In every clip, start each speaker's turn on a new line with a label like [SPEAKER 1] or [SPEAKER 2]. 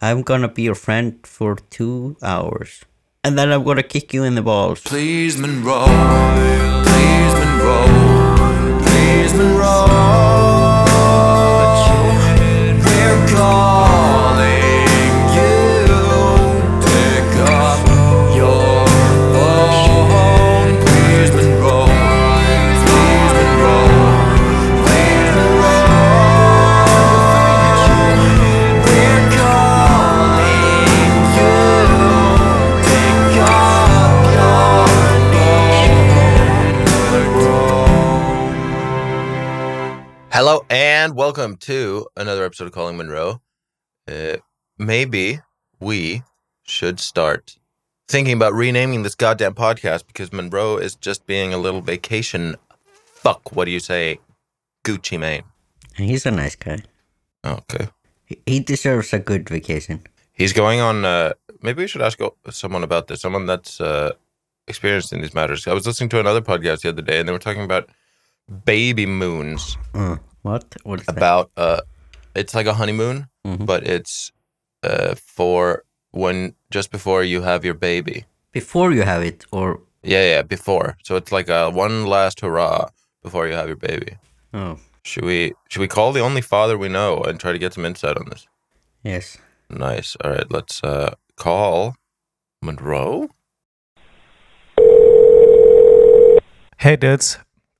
[SPEAKER 1] I'm gonna be your friend for two hours. And then I'm gonna kick you in the balls.
[SPEAKER 2] Please, Monroe. Please, Monroe. Please, Monroe. We're calling you. Pick up your phone. Please, Monroe. Please, Monroe. Please, Monroe. We're calling you. Pick up your
[SPEAKER 3] Hello and welcome to another episode of Calling Monroe. Uh, maybe we should start thinking about renaming this goddamn podcast because Monroe is just being a little vacation. Fuck, what do you say, Gucci Mane?
[SPEAKER 1] And he's a nice guy.
[SPEAKER 3] Okay.
[SPEAKER 1] He- He deserves a good vacation.
[SPEAKER 3] He's going on. Uh, maybe we should ask o- someone about this. Someone that's uh, experienced in these matters. I was listening to another podcast the other day, and they were talking about baby moons.
[SPEAKER 1] Uh, what? What is that?
[SPEAKER 3] About uh, it's like a honeymoon,
[SPEAKER 1] Mhm.
[SPEAKER 3] but it's uh for when just before you have your baby.
[SPEAKER 1] Before you have it, or
[SPEAKER 3] Yeah, yeah, before. So it's like a one last hurrah before you have your baby.
[SPEAKER 1] oh
[SPEAKER 3] Should we should we call the only father we know and try to get some insight on this?
[SPEAKER 1] yes,
[SPEAKER 3] Nice. All right, let's uh call Monroe.
[SPEAKER 4] Hey dudes,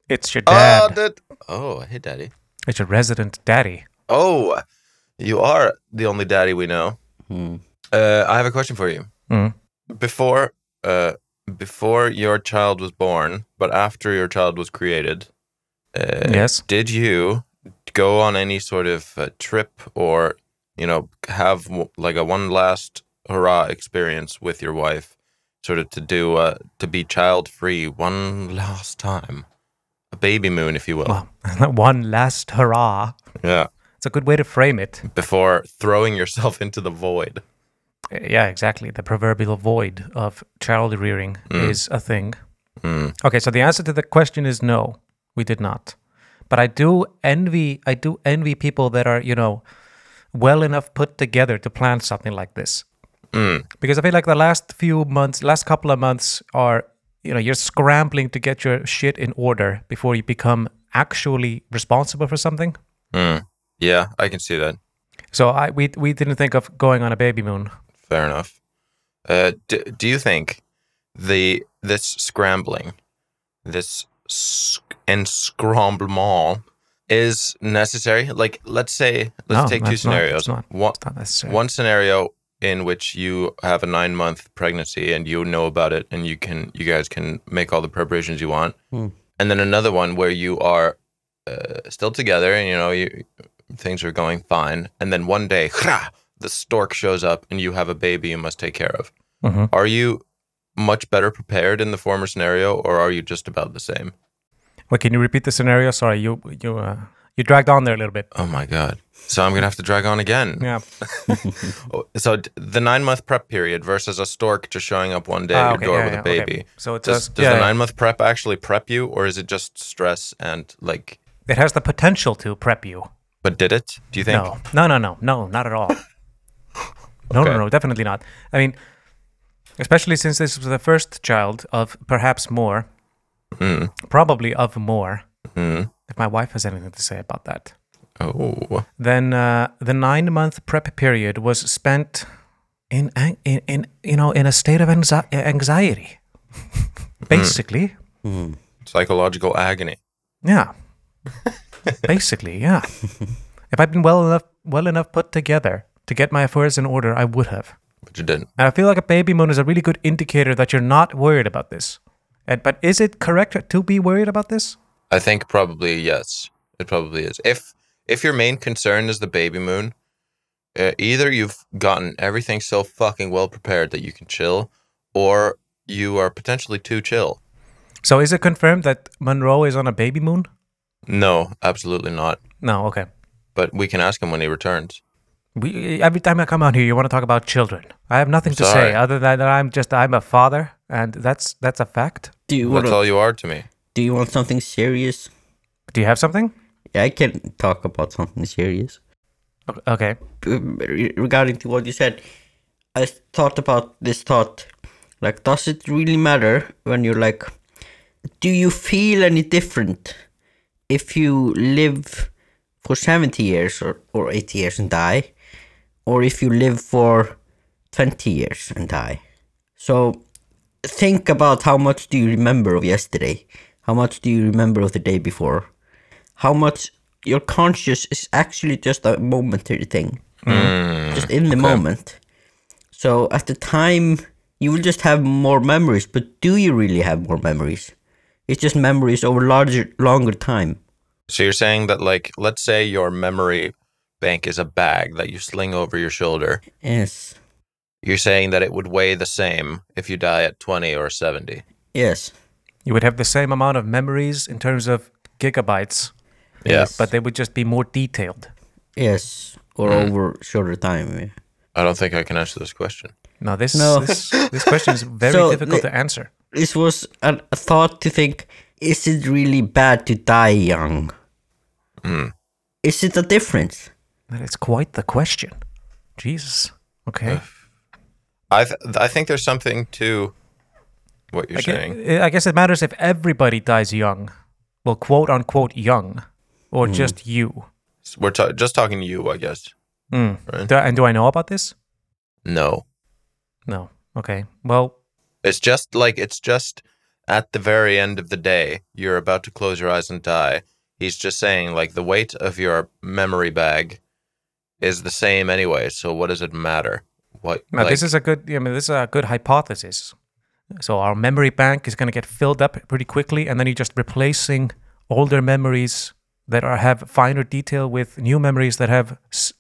[SPEAKER 4] it's your
[SPEAKER 3] Oh,
[SPEAKER 4] dad.
[SPEAKER 3] that- oh, hey, daddy.
[SPEAKER 4] it's your resident daddy.
[SPEAKER 3] Oh, you are the only daddy we know.
[SPEAKER 1] Hmm.
[SPEAKER 3] Uh, I have a question for you.
[SPEAKER 4] Mm.
[SPEAKER 3] Before, uh, before your child was born, but after your child was created, uh,
[SPEAKER 4] Yes.
[SPEAKER 3] did you go on any sort of uh, trip or you know have w- like a one last hurrah experience with your wife, sort of to do uh, to be child free one last time, a baby moon, if you will.
[SPEAKER 4] Well, one last hurrah.
[SPEAKER 3] Yeah.
[SPEAKER 4] It's a good way to frame it.
[SPEAKER 3] before throwing yourself into the void.
[SPEAKER 4] Uh, Yeah, exactly. The proverbial void of child rearing is a thing.
[SPEAKER 3] Mm.
[SPEAKER 4] Okay, so the answer to the question is no, we did not. But I do envy I do envy people that are, you know, well enough put together to plan something like this.
[SPEAKER 3] Mm.
[SPEAKER 4] because I feel like the last few months, last couple of months are, you know, you're scrambling to get your shit in order before you become actually responsible for something.
[SPEAKER 3] Mm. Yeah, I can see that.
[SPEAKER 4] So I we we didn't think of going on a baby moon.
[SPEAKER 3] Fair enough. Uh, d- do you think the this scrambling, this sc- enscramblement, is necessary? Like, let's say, let's
[SPEAKER 4] No,
[SPEAKER 3] take two
[SPEAKER 4] that's not-
[SPEAKER 3] scenarios.
[SPEAKER 4] it's not-
[SPEAKER 3] One,
[SPEAKER 4] It's not necessary.
[SPEAKER 3] one scenario in which you have a nine month pregnancy and you know about it and you can you guys can make all the preparations you want
[SPEAKER 1] Hmm.
[SPEAKER 3] and then another one where you are uh, still together and you know you things are going fine and then one day hra, the stork shows up and you have a baby you must take care of
[SPEAKER 4] Mhm.
[SPEAKER 3] are you much better prepared in the former scenario or are you just about the same
[SPEAKER 4] Wait, can you repeat the scenario? Sorry, you you uh, you dragged on there a little bit.
[SPEAKER 3] oh my god so i'm gonna have to drag on again
[SPEAKER 4] Yeah.
[SPEAKER 3] Oh, so d- the nine month prep period versus a stork just showing up one day
[SPEAKER 4] Ah,
[SPEAKER 3] at your
[SPEAKER 4] okay,
[SPEAKER 3] door
[SPEAKER 4] yeah,
[SPEAKER 3] with
[SPEAKER 4] yeah,
[SPEAKER 3] a
[SPEAKER 4] okay.
[SPEAKER 3] baby
[SPEAKER 4] So it
[SPEAKER 3] Does,
[SPEAKER 4] does.
[SPEAKER 3] does
[SPEAKER 4] yeah,
[SPEAKER 3] the
[SPEAKER 4] yeah.
[SPEAKER 3] nine month prep actually prep you, or is it just stress and like?
[SPEAKER 4] It has the potential to prep you.
[SPEAKER 3] But did it? Do you think?
[SPEAKER 4] No, no, no, no, no, not at all. No,
[SPEAKER 3] Okay.
[SPEAKER 4] no, no, definitely not. I mean, especially since this was the first child of perhaps more,
[SPEAKER 3] Mm.
[SPEAKER 4] probably of more.
[SPEAKER 3] Mm.
[SPEAKER 4] If my wife has anything to say about that,
[SPEAKER 3] Oh,
[SPEAKER 4] then uh, the nine-month prep period was spent in, an- in, in you know, in a state of anxi- anxiety, basically.
[SPEAKER 3] psychological agony.
[SPEAKER 4] Yeah. Basically, yeah. if I'd been well enough well enough put together to get my affairs in order, I would have.
[SPEAKER 3] But you didn't.
[SPEAKER 4] And I feel like a baby moon is a really good indicator that you're not worried about this. And but is it correct to be worried about this?
[SPEAKER 3] I think probably yes. It probably is. If if your main concern is the baby moon, uh, either you've gotten everything so fucking well prepared that you can chill, or you are potentially too chill.
[SPEAKER 4] So is it confirmed that Monroe is on a baby moon?
[SPEAKER 3] No, absolutely not.
[SPEAKER 4] No, okay.
[SPEAKER 3] But we can ask him when he returns.
[SPEAKER 4] We, every time I come out here, you want to talk about children. I have nothing to
[SPEAKER 3] Sorry.
[SPEAKER 4] say other than that I'm just I'm a father, and that's that's a fact.
[SPEAKER 1] do you want
[SPEAKER 3] That's all you are to me.
[SPEAKER 1] do you want something serious?
[SPEAKER 4] Do you have something?
[SPEAKER 1] I can talk about something serious.
[SPEAKER 4] Okay.
[SPEAKER 1] um, re- regarding to what you said, I thought about this thought. Like, does it really matter when you're like, do you feel any different if you live for 70 years or, or 80 years and die, or if you live for 20 years and die? So, think about how much do you remember of yesterday? How much do you remember of the day before? How much your conscious is actually just a momentary thing,
[SPEAKER 3] Mm.
[SPEAKER 1] just in the moment. So at the time, you will just have more memories. But do you really have more memories? It's just memories over larger, longer time.
[SPEAKER 3] So you're saying that, like, let's say your memory bank is a bag that you sling over your shoulder.
[SPEAKER 1] Yes,
[SPEAKER 3] You're saying that it would weigh the same if you die at 20 or 70.
[SPEAKER 1] yes,
[SPEAKER 4] You would have the same amount of memories in terms of gigabytes,
[SPEAKER 3] Yeah.
[SPEAKER 4] but they would just be more detailed.
[SPEAKER 1] yes, or over shorter time. yeah.
[SPEAKER 3] I don't think I can answer this question.
[SPEAKER 4] No, this
[SPEAKER 1] No.
[SPEAKER 4] this, this question is very
[SPEAKER 1] So
[SPEAKER 4] difficult
[SPEAKER 1] the-
[SPEAKER 4] to answer.
[SPEAKER 1] This was a, a thought to think: Is it really bad to die young? Is it a difference?
[SPEAKER 4] That is quite the question. Jesus. Okay.
[SPEAKER 3] I th- I think there's something to what you're
[SPEAKER 4] I,
[SPEAKER 3] saying.
[SPEAKER 4] gue- I guess it matters if everybody dies young, well, quote unquote young,
[SPEAKER 3] Hmm.
[SPEAKER 4] or just you.
[SPEAKER 3] We're ta- just talking to you, I guess.
[SPEAKER 4] Mm.
[SPEAKER 3] Right.
[SPEAKER 4] Do, and do I know about this?
[SPEAKER 3] No,
[SPEAKER 4] No. Okay. Well,
[SPEAKER 3] it's just like it's just at the very end of the day, you're about to close your eyes and die. He's just saying like the weight of your memory bag is the same anyway. So what does it matter? What
[SPEAKER 4] now
[SPEAKER 3] like,
[SPEAKER 4] this is a good. I mean, this is a good hypothesis. So our memory bank is going to get filled up pretty quickly, and then you're just replacing older memories that are have finer detail with new memories that have s-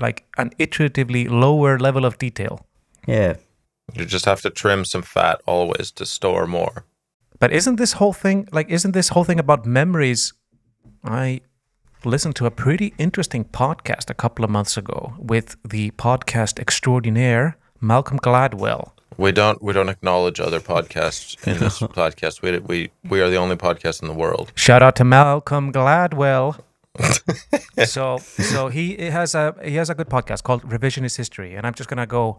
[SPEAKER 4] like an iteratively lower level of detail.
[SPEAKER 1] Yeah.
[SPEAKER 3] you just have to trim some fat always to store more.
[SPEAKER 4] But isn't this whole thing like isn't this whole thing about memories? I listened to a pretty interesting podcast a couple of months ago with the podcast extraordinaire Malcolm Gladwell.
[SPEAKER 3] We don't we don't acknowledge other podcasts in this podcast. We we we are the only podcast in the world.
[SPEAKER 4] Shout out to Malcolm Gladwell. so so he has a he has a good podcast called Revisionist History and I'm just going to go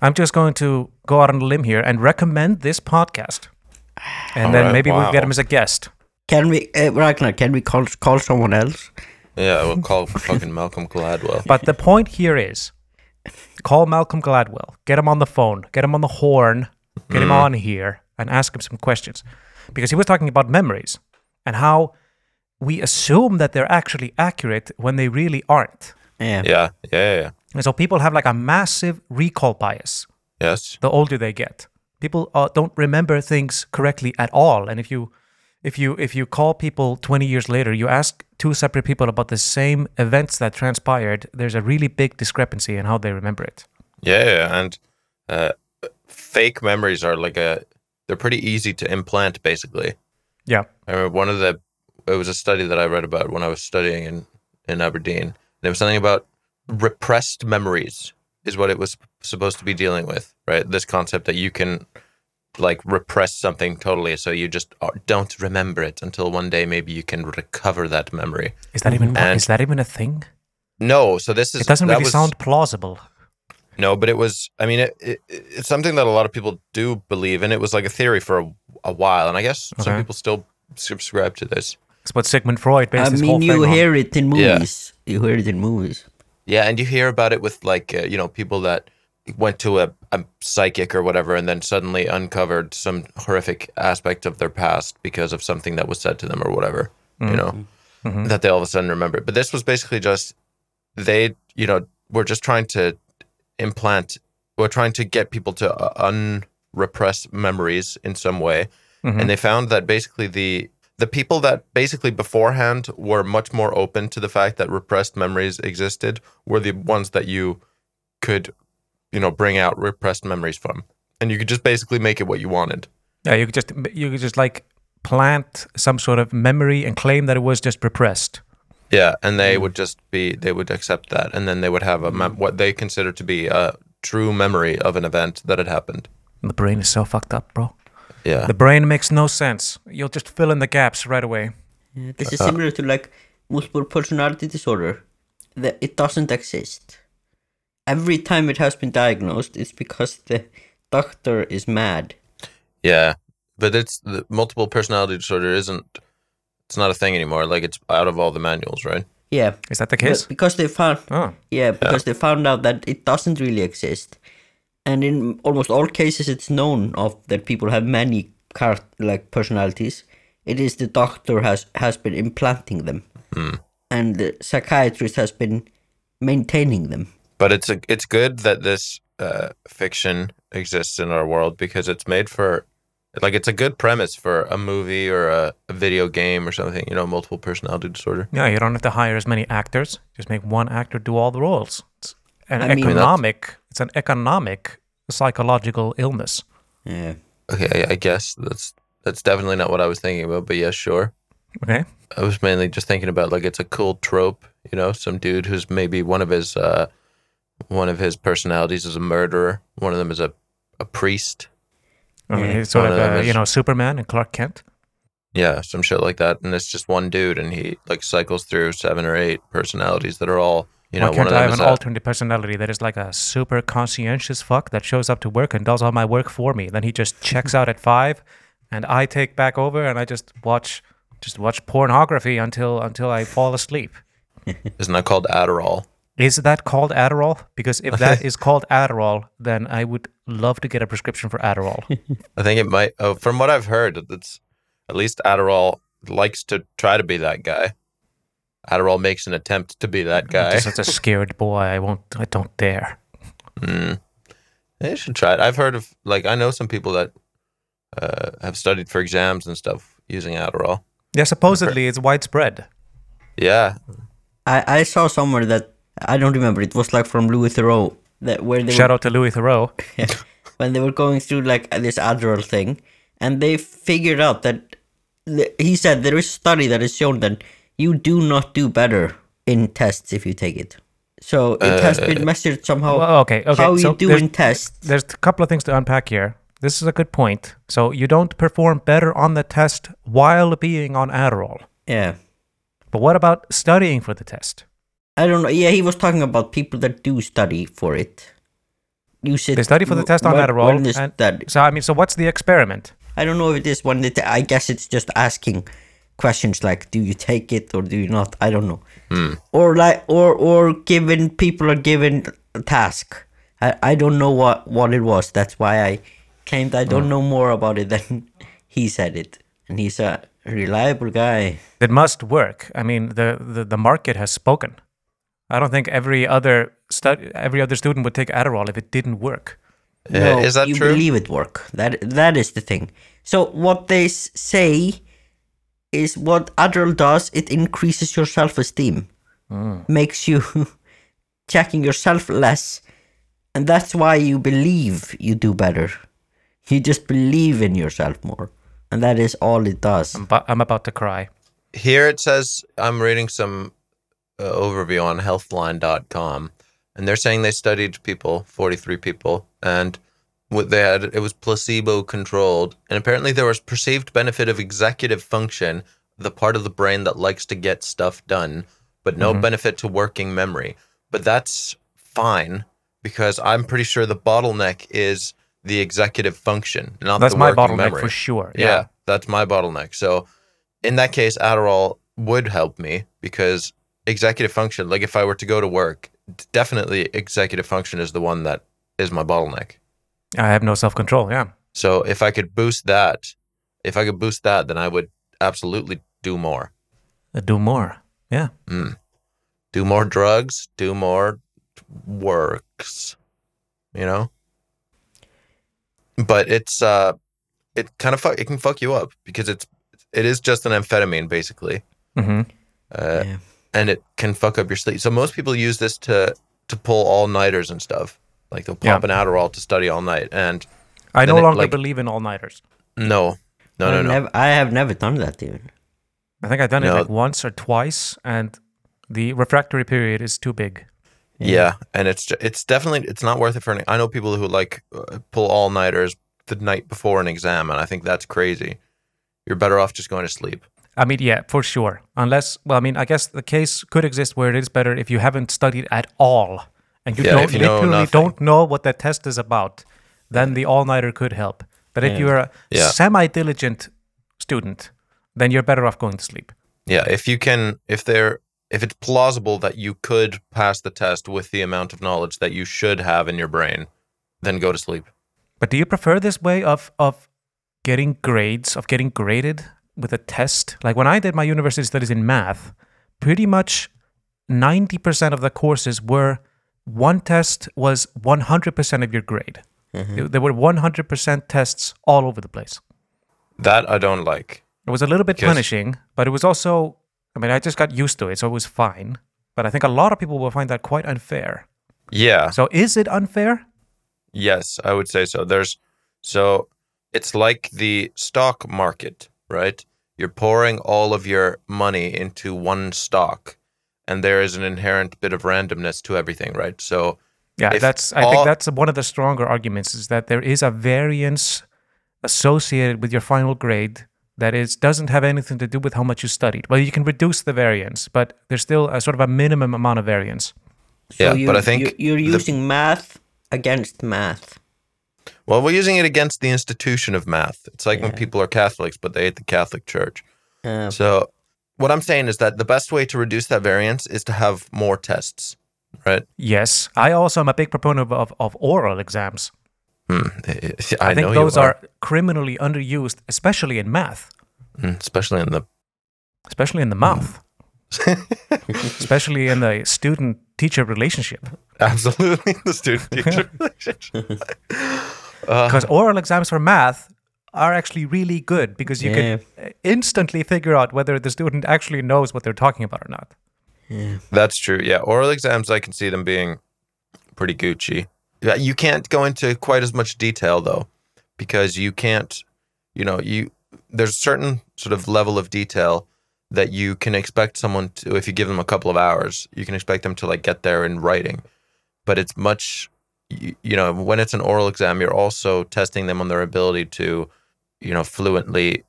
[SPEAKER 4] I'm just going to go out on a limb here and recommend this podcast. And
[SPEAKER 3] All
[SPEAKER 4] then
[SPEAKER 3] right,
[SPEAKER 4] maybe
[SPEAKER 3] wow.
[SPEAKER 4] we'll get him as a guest.
[SPEAKER 1] Can we, uh, Ragnar? Can we call call someone else?
[SPEAKER 3] Yeah, we'll call fucking Malcolm Gladwell.
[SPEAKER 4] But the point here is call Malcolm Gladwell, get him on the phone, get him on the horn, get him on here and ask him some questions. Because he was talking about memories and how we assume that they're actually accurate when they really aren't.
[SPEAKER 1] Yeah.
[SPEAKER 3] Yeah, yeah, yeah. yeah.
[SPEAKER 4] And so people have like a massive recall bias
[SPEAKER 3] Yes.
[SPEAKER 4] the older they get. People uh, don't remember things correctly at all. And if you if you if you call people 20 years later, you ask two separate people about the same events that transpired, there's a really big discrepancy in how they remember it.
[SPEAKER 3] Yeah, yeah, and uh, fake memories are like a they're pretty easy to implant. Basically,
[SPEAKER 4] Yeah.
[SPEAKER 3] I remember one of the it was a study that I read about when I was studying in in Aberdeen. And it was something about repressed memories is what it was supposed to be dealing with, right? This concept that you can like repress something totally, so you just uh, don't remember it until one day maybe you can recover that memory.
[SPEAKER 4] Is that even
[SPEAKER 3] Mm-hmm. And-
[SPEAKER 4] is that even a thing?
[SPEAKER 3] No, so this is
[SPEAKER 4] It doesn't
[SPEAKER 3] that
[SPEAKER 4] really
[SPEAKER 3] was-
[SPEAKER 4] sound plausible.
[SPEAKER 3] No, but it was. I mean, it, it, it's something that a lot of people do believe in. It was like a theory for a, a while, and I guess some
[SPEAKER 4] Okay.
[SPEAKER 3] people still subscribe to this.
[SPEAKER 4] It's what Sigmund Freud based
[SPEAKER 1] I
[SPEAKER 4] his whole
[SPEAKER 1] mean,
[SPEAKER 4] thing
[SPEAKER 1] you
[SPEAKER 4] on.
[SPEAKER 1] hear it in
[SPEAKER 3] Yeah.
[SPEAKER 1] movies. You hear it in movies.
[SPEAKER 3] Yeah, and you hear about it with like uh, you know people that went to a, a psychic or whatever, and then suddenly uncovered some horrific aspect of their past because of something that was said to them or whatever. You know, that they all of a sudden remember. But this was basically just they, you know, were just trying to implant. We're trying to get people to uh, unrepress memories in some way, and they found that basically the the people that basically beforehand were much more open to the fact that repressed memories existed were the ones that you could you know bring out repressed memories from and you could just basically make it what you wanted
[SPEAKER 4] Yeah, you could just you could just like plant some sort of memory and claim that it was just repressed.
[SPEAKER 3] yeah Mm-hmm. and they would just be they would accept that and then they would have a mem- what they consider to be a true memory of an event that had happened
[SPEAKER 4] The brain is so fucked up, bro.
[SPEAKER 3] yeah
[SPEAKER 4] The brain makes no sense. You'll just fill in the gaps right away.
[SPEAKER 1] This is similar to like multiple personality disorder. that it doesn't exist. Every time it has been diagnosed, it's because the doctor is mad.
[SPEAKER 3] Yeah, but it's the multiple personality disorder isn't. It's not a thing anymore. Like it's out of all the manuals, right?
[SPEAKER 1] Yeah.
[SPEAKER 4] Is that the
[SPEAKER 1] But
[SPEAKER 4] case?
[SPEAKER 1] Because they found
[SPEAKER 4] Oh,
[SPEAKER 1] Yeah, because they found out that it doesn't really exist, and in almost all cases, it's known of that people have many car like personalities. It is the doctor has has been implanting them, and the psychiatrist has been maintaining them.
[SPEAKER 3] But it's a, it's good that this uh, fiction exists in our world because it's made for, like, it's a good premise for a movie or a, a video game or something. You know, multiple personality disorder.
[SPEAKER 4] yeah. You don't have to hire as many actors. Just make one actor do all the roles. It's an
[SPEAKER 1] I mean- I mean, that's-
[SPEAKER 4] economic. It's an economic psychological illness.
[SPEAKER 1] Yeah,
[SPEAKER 3] Okay, I, I guess that's that's definitely not what I was thinking about. But yeah, sure.
[SPEAKER 4] Okay.
[SPEAKER 3] I was mainly just thinking about like it's a cool trope, you know, some dude who's maybe one of his uh one of his personalities is a murderer, one of them is a a priest.
[SPEAKER 4] I mean,
[SPEAKER 1] Yeah.
[SPEAKER 4] it's sort
[SPEAKER 3] One
[SPEAKER 4] of
[SPEAKER 3] of them
[SPEAKER 4] uh, you
[SPEAKER 3] is-
[SPEAKER 4] know Superman and Clark Kent.
[SPEAKER 3] Yeah, some shit like that. And it's just one dude and he like cycles through seven or eight personalities that are all you know,
[SPEAKER 4] Why
[SPEAKER 3] one
[SPEAKER 4] can't
[SPEAKER 3] of
[SPEAKER 4] I
[SPEAKER 3] them
[SPEAKER 4] have
[SPEAKER 3] is
[SPEAKER 4] an
[SPEAKER 3] a,
[SPEAKER 4] alternate personality that is like a super conscientious fuck that shows up to work and does all my work for me? Then he just checks out at five, and I take back over and I just watch, just watch pornography until until I fall asleep.
[SPEAKER 3] isn't that called Adderall?
[SPEAKER 4] Is that called Adderall? Because if that is called Adderall, then I would love to get a prescription for Adderall.
[SPEAKER 3] I think it might oh, from what I've heard, it's at least Adderall likes to try to be that guy. Adderall makes an attempt to be that guy.
[SPEAKER 4] Just such a scared boy. I won't. I don't dare.
[SPEAKER 3] Mm. They should try it. I've heard of like I know some people that uh, have studied for exams and stuff using Adderall.
[SPEAKER 4] Yeah, supposedly it's widespread.
[SPEAKER 3] Yeah,
[SPEAKER 1] I I saw somewhere that I don't remember. It was like from Louis Theroux that where they
[SPEAKER 4] Shout
[SPEAKER 1] were,
[SPEAKER 4] out to Louis Theroux.
[SPEAKER 1] when they were going through like this Adderall thing, and they figured out that th- he said there is study that has shown that you do not do better in tests if you take it. So it has been measured somehow
[SPEAKER 4] Uh, Well, okay, okay,
[SPEAKER 1] how
[SPEAKER 4] so
[SPEAKER 1] you do
[SPEAKER 4] there's-
[SPEAKER 1] in tests.
[SPEAKER 4] there's a couple of things to unpack here. This is a good point. So you don't perform better on the test while being on Adderall.
[SPEAKER 1] Yeah,
[SPEAKER 4] But what about studying for the test?
[SPEAKER 1] I don't know. Yeah, he was talking about people that do study for it. You sit.
[SPEAKER 4] They study for the test on
[SPEAKER 1] when-
[SPEAKER 4] Adderall.
[SPEAKER 1] when they
[SPEAKER 4] and-
[SPEAKER 1] study.
[SPEAKER 4] so I mean, so what's the experiment?
[SPEAKER 1] I don't know if it is when they. ta- I guess it's just asking questions like, "Do you take it or do you not?" I don't know. Or like, or or given people are given a task. I, I don't know what what it was. That's why I claimed I don't know more about it than he said it. And he's a reliable guy.
[SPEAKER 4] It must work. I mean, the the, the market has spoken. I don't think every other stud, every other student would take Adderall if it didn't work.
[SPEAKER 3] Uh, is that
[SPEAKER 1] you
[SPEAKER 3] true?
[SPEAKER 1] believe it work. That that is the thing. So what they s- say is what Adderall does. It increases your self esteem,
[SPEAKER 3] Hmm.
[SPEAKER 1] makes you checking yourself less, and that's why you believe you do better. You just believe in yourself more, and that is all it does.
[SPEAKER 4] I'm, bu- I'm about to cry.
[SPEAKER 3] Here it says I'm reading some uh, overview on Healthline.com, and they're saying they studied people, 43 people, and what they had it was placebo controlled, and apparently there was perceived benefit of executive function, the part of the brain that likes to get stuff done, but no
[SPEAKER 4] Mm-hmm.
[SPEAKER 3] benefit to working memory. But that's fine because I'm pretty sure the bottleneck is the executive function, not
[SPEAKER 4] That's
[SPEAKER 3] the
[SPEAKER 4] my
[SPEAKER 3] working
[SPEAKER 4] bottleneck
[SPEAKER 3] memory.
[SPEAKER 4] for sure.
[SPEAKER 3] Yeah, that's my bottleneck. So in that case, Adderall would help me because executive function, like if I were to go to work, d- definitely executive function is the one that is my bottleneck.
[SPEAKER 4] I have no self control. Yeah.
[SPEAKER 3] So if I could boost that, if I could boost that, then I would absolutely do more.
[SPEAKER 4] Uh, Do more. Yeah.
[SPEAKER 3] Do more drugs, do more works, you know? But it's uh it kind of fuck, it can fuck you up because it's it is just an amphetamine basically.
[SPEAKER 4] hmm
[SPEAKER 3] Uh,
[SPEAKER 1] Yeah.
[SPEAKER 3] and it can fuck up your sleep. So most people use this to to pull all nighters and stuff. Like they'll pop an Adderall to study all night. And
[SPEAKER 4] I
[SPEAKER 3] Then
[SPEAKER 4] no
[SPEAKER 3] it,
[SPEAKER 4] longer
[SPEAKER 3] like-
[SPEAKER 4] believe in all nighters.
[SPEAKER 3] no, no, no,
[SPEAKER 1] I,
[SPEAKER 3] no.
[SPEAKER 1] nev- I have never done that even.
[SPEAKER 4] I think I've done it
[SPEAKER 3] No.
[SPEAKER 4] like once or twice, and the refractory period is too big.
[SPEAKER 3] yeah. and it's ju- it's definitely it's not worth it for. Any, I know people who like uh, pull all nighters the night before an exam, and I think that's crazy. You're better off just going to sleep.
[SPEAKER 4] I mean, yeah, for sure. Unless, well, I mean, I guess the case could exist where it is better if you haven't studied at all and you
[SPEAKER 3] Yeah,
[SPEAKER 4] don't
[SPEAKER 3] if you know
[SPEAKER 4] literally
[SPEAKER 3] nothing.
[SPEAKER 4] don't know what that test is about. Then the all nighter could help. But if you're a
[SPEAKER 3] Yeah.
[SPEAKER 4] semi diligent student, then you're better off going to sleep.
[SPEAKER 3] Yeah, if you can, if there, if it's plausible that you could pass the test with the amount of knowledge that you should have in your brain, then go to sleep.
[SPEAKER 4] But do you prefer this way of of getting grades, of getting graded with a test? Like when I did my university studies in math, pretty much 90% of the courses were one test was 100% of your grade.
[SPEAKER 3] Mm-hmm.
[SPEAKER 4] There- There were 100% tests all over the place.
[SPEAKER 3] That I don't like.
[SPEAKER 4] It was a little bit
[SPEAKER 3] Yes.
[SPEAKER 4] punishing, but it was also, I mean, I just got used to it, so it was fine. But I think a lot of people will find that quite unfair.
[SPEAKER 3] Yeah.
[SPEAKER 4] So is it unfair?
[SPEAKER 3] Yes, I would say so. There's so it's like the stock market, right? You're pouring all of your money into one stock, and there is an inherent bit of randomness to everything, right? So
[SPEAKER 4] Yeah,
[SPEAKER 3] If
[SPEAKER 4] that's. I
[SPEAKER 3] all-
[SPEAKER 4] think that's one of the stronger arguments is that there is a variance associated with your final grade that is doesn't have anything to do with how much you studied. Well, you can reduce the variance, but there's still a sort of a minimum amount of variance.
[SPEAKER 3] Yeah,
[SPEAKER 1] you,
[SPEAKER 3] but I think
[SPEAKER 1] you, are
[SPEAKER 3] the-
[SPEAKER 1] using math against math.
[SPEAKER 3] Well, we're using it against the institution of math. It's like when people are Catholics, but they hate the Catholic Church.
[SPEAKER 1] Uh,
[SPEAKER 3] So, what I'm saying is that the best way to reduce that variance is to have more tests, right?
[SPEAKER 4] Yes, I also am a big proponent of, of, of oral exams.
[SPEAKER 3] Hmm. I, I
[SPEAKER 4] I think
[SPEAKER 3] know
[SPEAKER 4] those
[SPEAKER 3] you
[SPEAKER 4] are.
[SPEAKER 3] are,
[SPEAKER 4] criminally underused, especially in math,
[SPEAKER 3] Hmm, especially in the
[SPEAKER 4] especially in the mouth, especially in the student-teacher relationship.
[SPEAKER 3] absolutely the student teacher relationship. uh,
[SPEAKER 4] because
[SPEAKER 3] Uh-huh.
[SPEAKER 4] oral exams for math are actually really good because you can uh, instantly figure out whether the student actually knows what they're talking about or not.
[SPEAKER 3] that's true. Yeah, oral exams, I can see them being pretty Gucci. Yeah, you can't go into quite as much detail though, because you can't, you know, you there's a certain sort of level of detail that you can expect someone to if you give them a couple of hours, you can expect them to like get there in writing. But it's much you, you know, when it's an oral exam, you're also testing them on their ability to, you know, fluently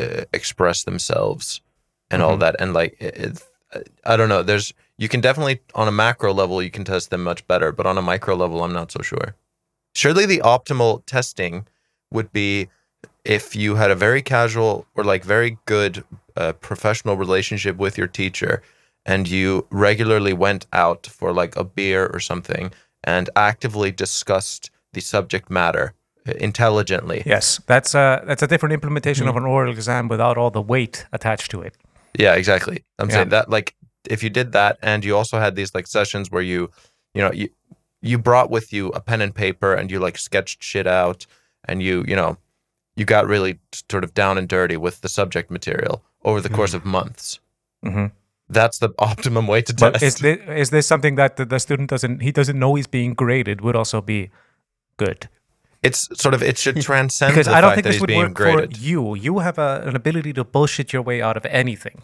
[SPEAKER 3] uh, express themselves and all
[SPEAKER 4] Mhm.
[SPEAKER 3] that and like it, it, I don't know, there's you can definitely on a macro level you can test them much better, but on a micro level I'm not so sure. Surely the optimal testing would be if you had a very casual or like very good uh, professional relationship with your teacher and you regularly went out for like a beer or something and actively discussed the subject matter uh, intelligently. Yeah,
[SPEAKER 4] Yes, that's a that's a different implementation
[SPEAKER 3] Mm.
[SPEAKER 4] of an oral exam without all the weight attached to it.
[SPEAKER 3] exactly. I'm
[SPEAKER 4] Yeah.
[SPEAKER 3] saying that like if you did that and you also had these like sessions where you, you know, you you brought with you a pen and paper and you like sketched shit out and you, you know, you got really sort of down and dirty with the subject material over the course of months.
[SPEAKER 4] Mm-hmm.
[SPEAKER 3] That's the optimum way to
[SPEAKER 4] But
[SPEAKER 3] test.
[SPEAKER 4] is this, is this something that the, the student doesn't he doesn't know he's being graded would also be good
[SPEAKER 3] it's sort of it should transcend
[SPEAKER 4] because
[SPEAKER 3] the
[SPEAKER 4] I don't
[SPEAKER 3] fact
[SPEAKER 4] think
[SPEAKER 3] that
[SPEAKER 4] this
[SPEAKER 3] he's
[SPEAKER 4] would
[SPEAKER 3] being
[SPEAKER 4] work
[SPEAKER 3] graded.
[SPEAKER 4] for you. You have a, an ability to bullshit your way out of anything.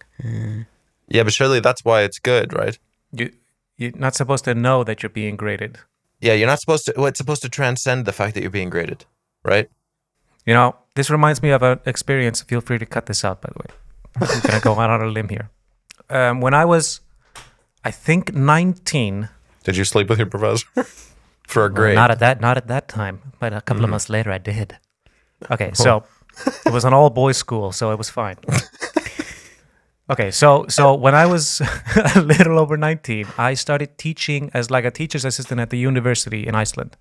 [SPEAKER 3] Yeah, but surely that's why it's good, right?
[SPEAKER 4] You you're not supposed to know that you're being graded.
[SPEAKER 3] Yeah, you're not supposed to. Well, it's supposed to transcend the fact that you're being graded, right?
[SPEAKER 4] You know, this reminds me of an experience. Feel free to cut this out, by the way. I'm going to go out on a limb here. Um, when I was, I think, 19,
[SPEAKER 3] Did you sleep with your professor for a grade?
[SPEAKER 4] not at that, not at that time, but a couple of months later, I did. Okay, so it was an all boys school, so it was fine. okay, so so when I was a little over 19, I started teaching as like a teacher's assistant at the university in Iceland.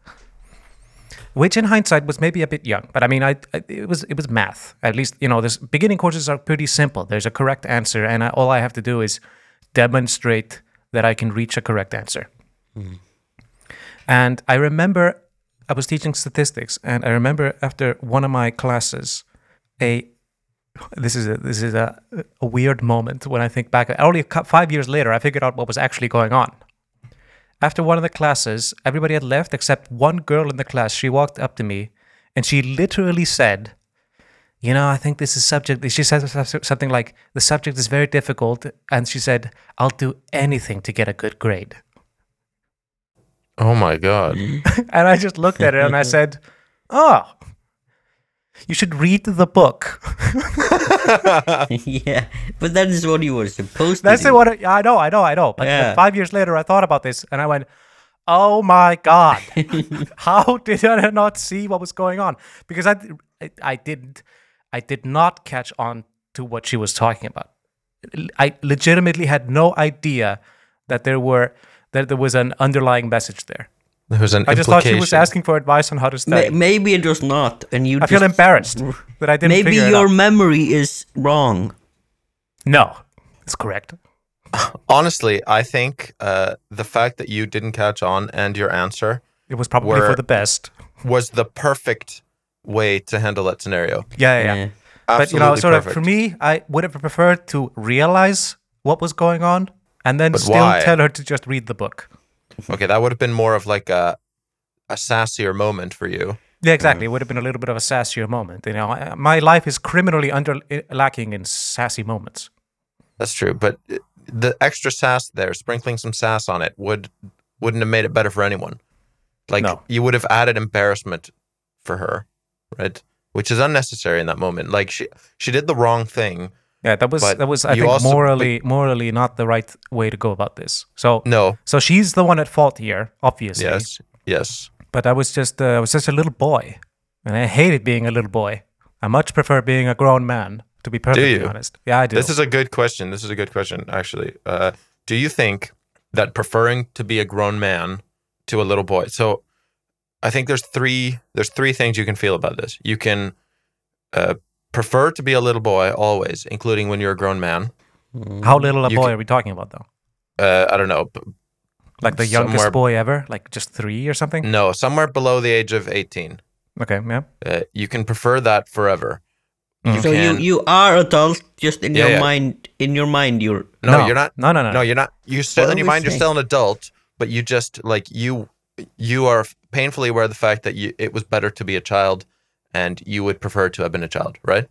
[SPEAKER 4] Which in hindsight was maybe a bit young, but I mean, I, I it was it was math. At least you know, this beginning courses are pretty simple. There's a correct answer, and I, all I have to do is demonstrate that I can reach a correct answer. And I remember I was teaching statistics, and I remember after one of my classes, a this is a this is a, a weird moment when I think back. Only a cou- five years later, I figured out what was actually going on. After one of the classes, everybody had left except one girl in the class. She walked up to me, and she literally said, "You know, I think this is subject." She said something like, "The subject is very difficult," and she said, "I'll do anything to get a good grade."
[SPEAKER 3] oh my god!
[SPEAKER 4] And I just looked at her and I said, Oh, You should read the book.
[SPEAKER 1] yeah, but that is what you were supposed to
[SPEAKER 4] That's
[SPEAKER 1] do.
[SPEAKER 4] what I, I know, I know, I know. But
[SPEAKER 1] Yeah.
[SPEAKER 4] like, five years later, I thought about this and I went, "Oh my god, how did I not see what was going on?" Because I, I, I didn't, I did not catch on to what she was talking about. I legitimately had no idea that there were that there was an underlying message there.
[SPEAKER 3] There was an
[SPEAKER 4] I just thought she was
[SPEAKER 3] implication.
[SPEAKER 4] asking for advice on how to
[SPEAKER 1] Ma-
[SPEAKER 4] study.
[SPEAKER 1] maybe it was not, and you.
[SPEAKER 4] I feel
[SPEAKER 1] just-
[SPEAKER 4] embarrassed that I didn't.
[SPEAKER 1] Maybe
[SPEAKER 4] figure it
[SPEAKER 1] your
[SPEAKER 4] out.
[SPEAKER 1] memory is wrong.
[SPEAKER 4] no, it's correct.
[SPEAKER 3] Honestly, I think uh, the fact that you didn't catch on and your answer
[SPEAKER 4] It was probably
[SPEAKER 3] Were-
[SPEAKER 4] for the best.
[SPEAKER 3] was the perfect way to handle that scenario.
[SPEAKER 4] Yeah, yeah. yeah.
[SPEAKER 1] Yeah.
[SPEAKER 3] Absolutely
[SPEAKER 4] but you know, sort
[SPEAKER 3] perfect.
[SPEAKER 4] of for me, I would have preferred to realize what was going on and then
[SPEAKER 3] But
[SPEAKER 4] still
[SPEAKER 3] why?
[SPEAKER 4] tell her to just read the book.
[SPEAKER 3] Okay, that would have been more of like a a sassier moment for you.
[SPEAKER 4] Yeah,
[SPEAKER 3] Mm.
[SPEAKER 4] exactly. It would have been a little bit of a sassier moment. You know, I- my life is criminally under eh, lacking in sassy moments.
[SPEAKER 3] That's true, but uh, the extra sass there, sprinkling some sass on it, would wouldn't have made it better for anyone. Like
[SPEAKER 4] No.
[SPEAKER 3] you would have added embarrassment for her, right? Which is unnecessary in that moment. Like she she did the wrong thing.
[SPEAKER 4] Yeah, that was
[SPEAKER 3] But
[SPEAKER 4] that was I
[SPEAKER 3] you
[SPEAKER 4] think
[SPEAKER 3] also-
[SPEAKER 4] morally morally not the right way to go about this. So
[SPEAKER 3] No.
[SPEAKER 4] so she's the one at fault here, obviously.
[SPEAKER 3] Yes. Yes.
[SPEAKER 4] But I was just uh, I was just a little boy, and I hated being a little boy. I much prefer being a grown man. To be perfectly
[SPEAKER 3] you?
[SPEAKER 4] honest, yeah, I do.
[SPEAKER 3] This is a good question. This is a good question, actually. Uh, do you think that preferring to be a grown man to a little boy? So, I think there's three there's three things you can feel about this. You can uh, prefer to be a little boy always, including when you're a grown man.
[SPEAKER 4] How little a
[SPEAKER 3] You
[SPEAKER 4] boy
[SPEAKER 3] could-
[SPEAKER 4] are we talking about though?
[SPEAKER 3] Uh, I don't know, b-
[SPEAKER 4] Like the youngest
[SPEAKER 3] Somewhere-
[SPEAKER 4] boy ever, like just three or something.
[SPEAKER 3] no, somewhere below the age of 18.
[SPEAKER 4] Okay, yeah.
[SPEAKER 3] Uh, you can prefer that forever.
[SPEAKER 4] Mm.
[SPEAKER 3] You
[SPEAKER 1] So
[SPEAKER 3] can,
[SPEAKER 1] you you are adult, just in
[SPEAKER 3] Yeah,
[SPEAKER 1] your
[SPEAKER 3] yeah.
[SPEAKER 1] mind. In your mind, you're.
[SPEAKER 3] no, you're not.
[SPEAKER 4] No, no, no.
[SPEAKER 3] No, you're not. You're still
[SPEAKER 1] What
[SPEAKER 3] in
[SPEAKER 1] are
[SPEAKER 3] your
[SPEAKER 1] we
[SPEAKER 3] mind. You're
[SPEAKER 1] saying?
[SPEAKER 3] still an adult, but you just like you, you are painfully aware of the fact that you, it was better to be a child, and you would prefer to have been a child, right?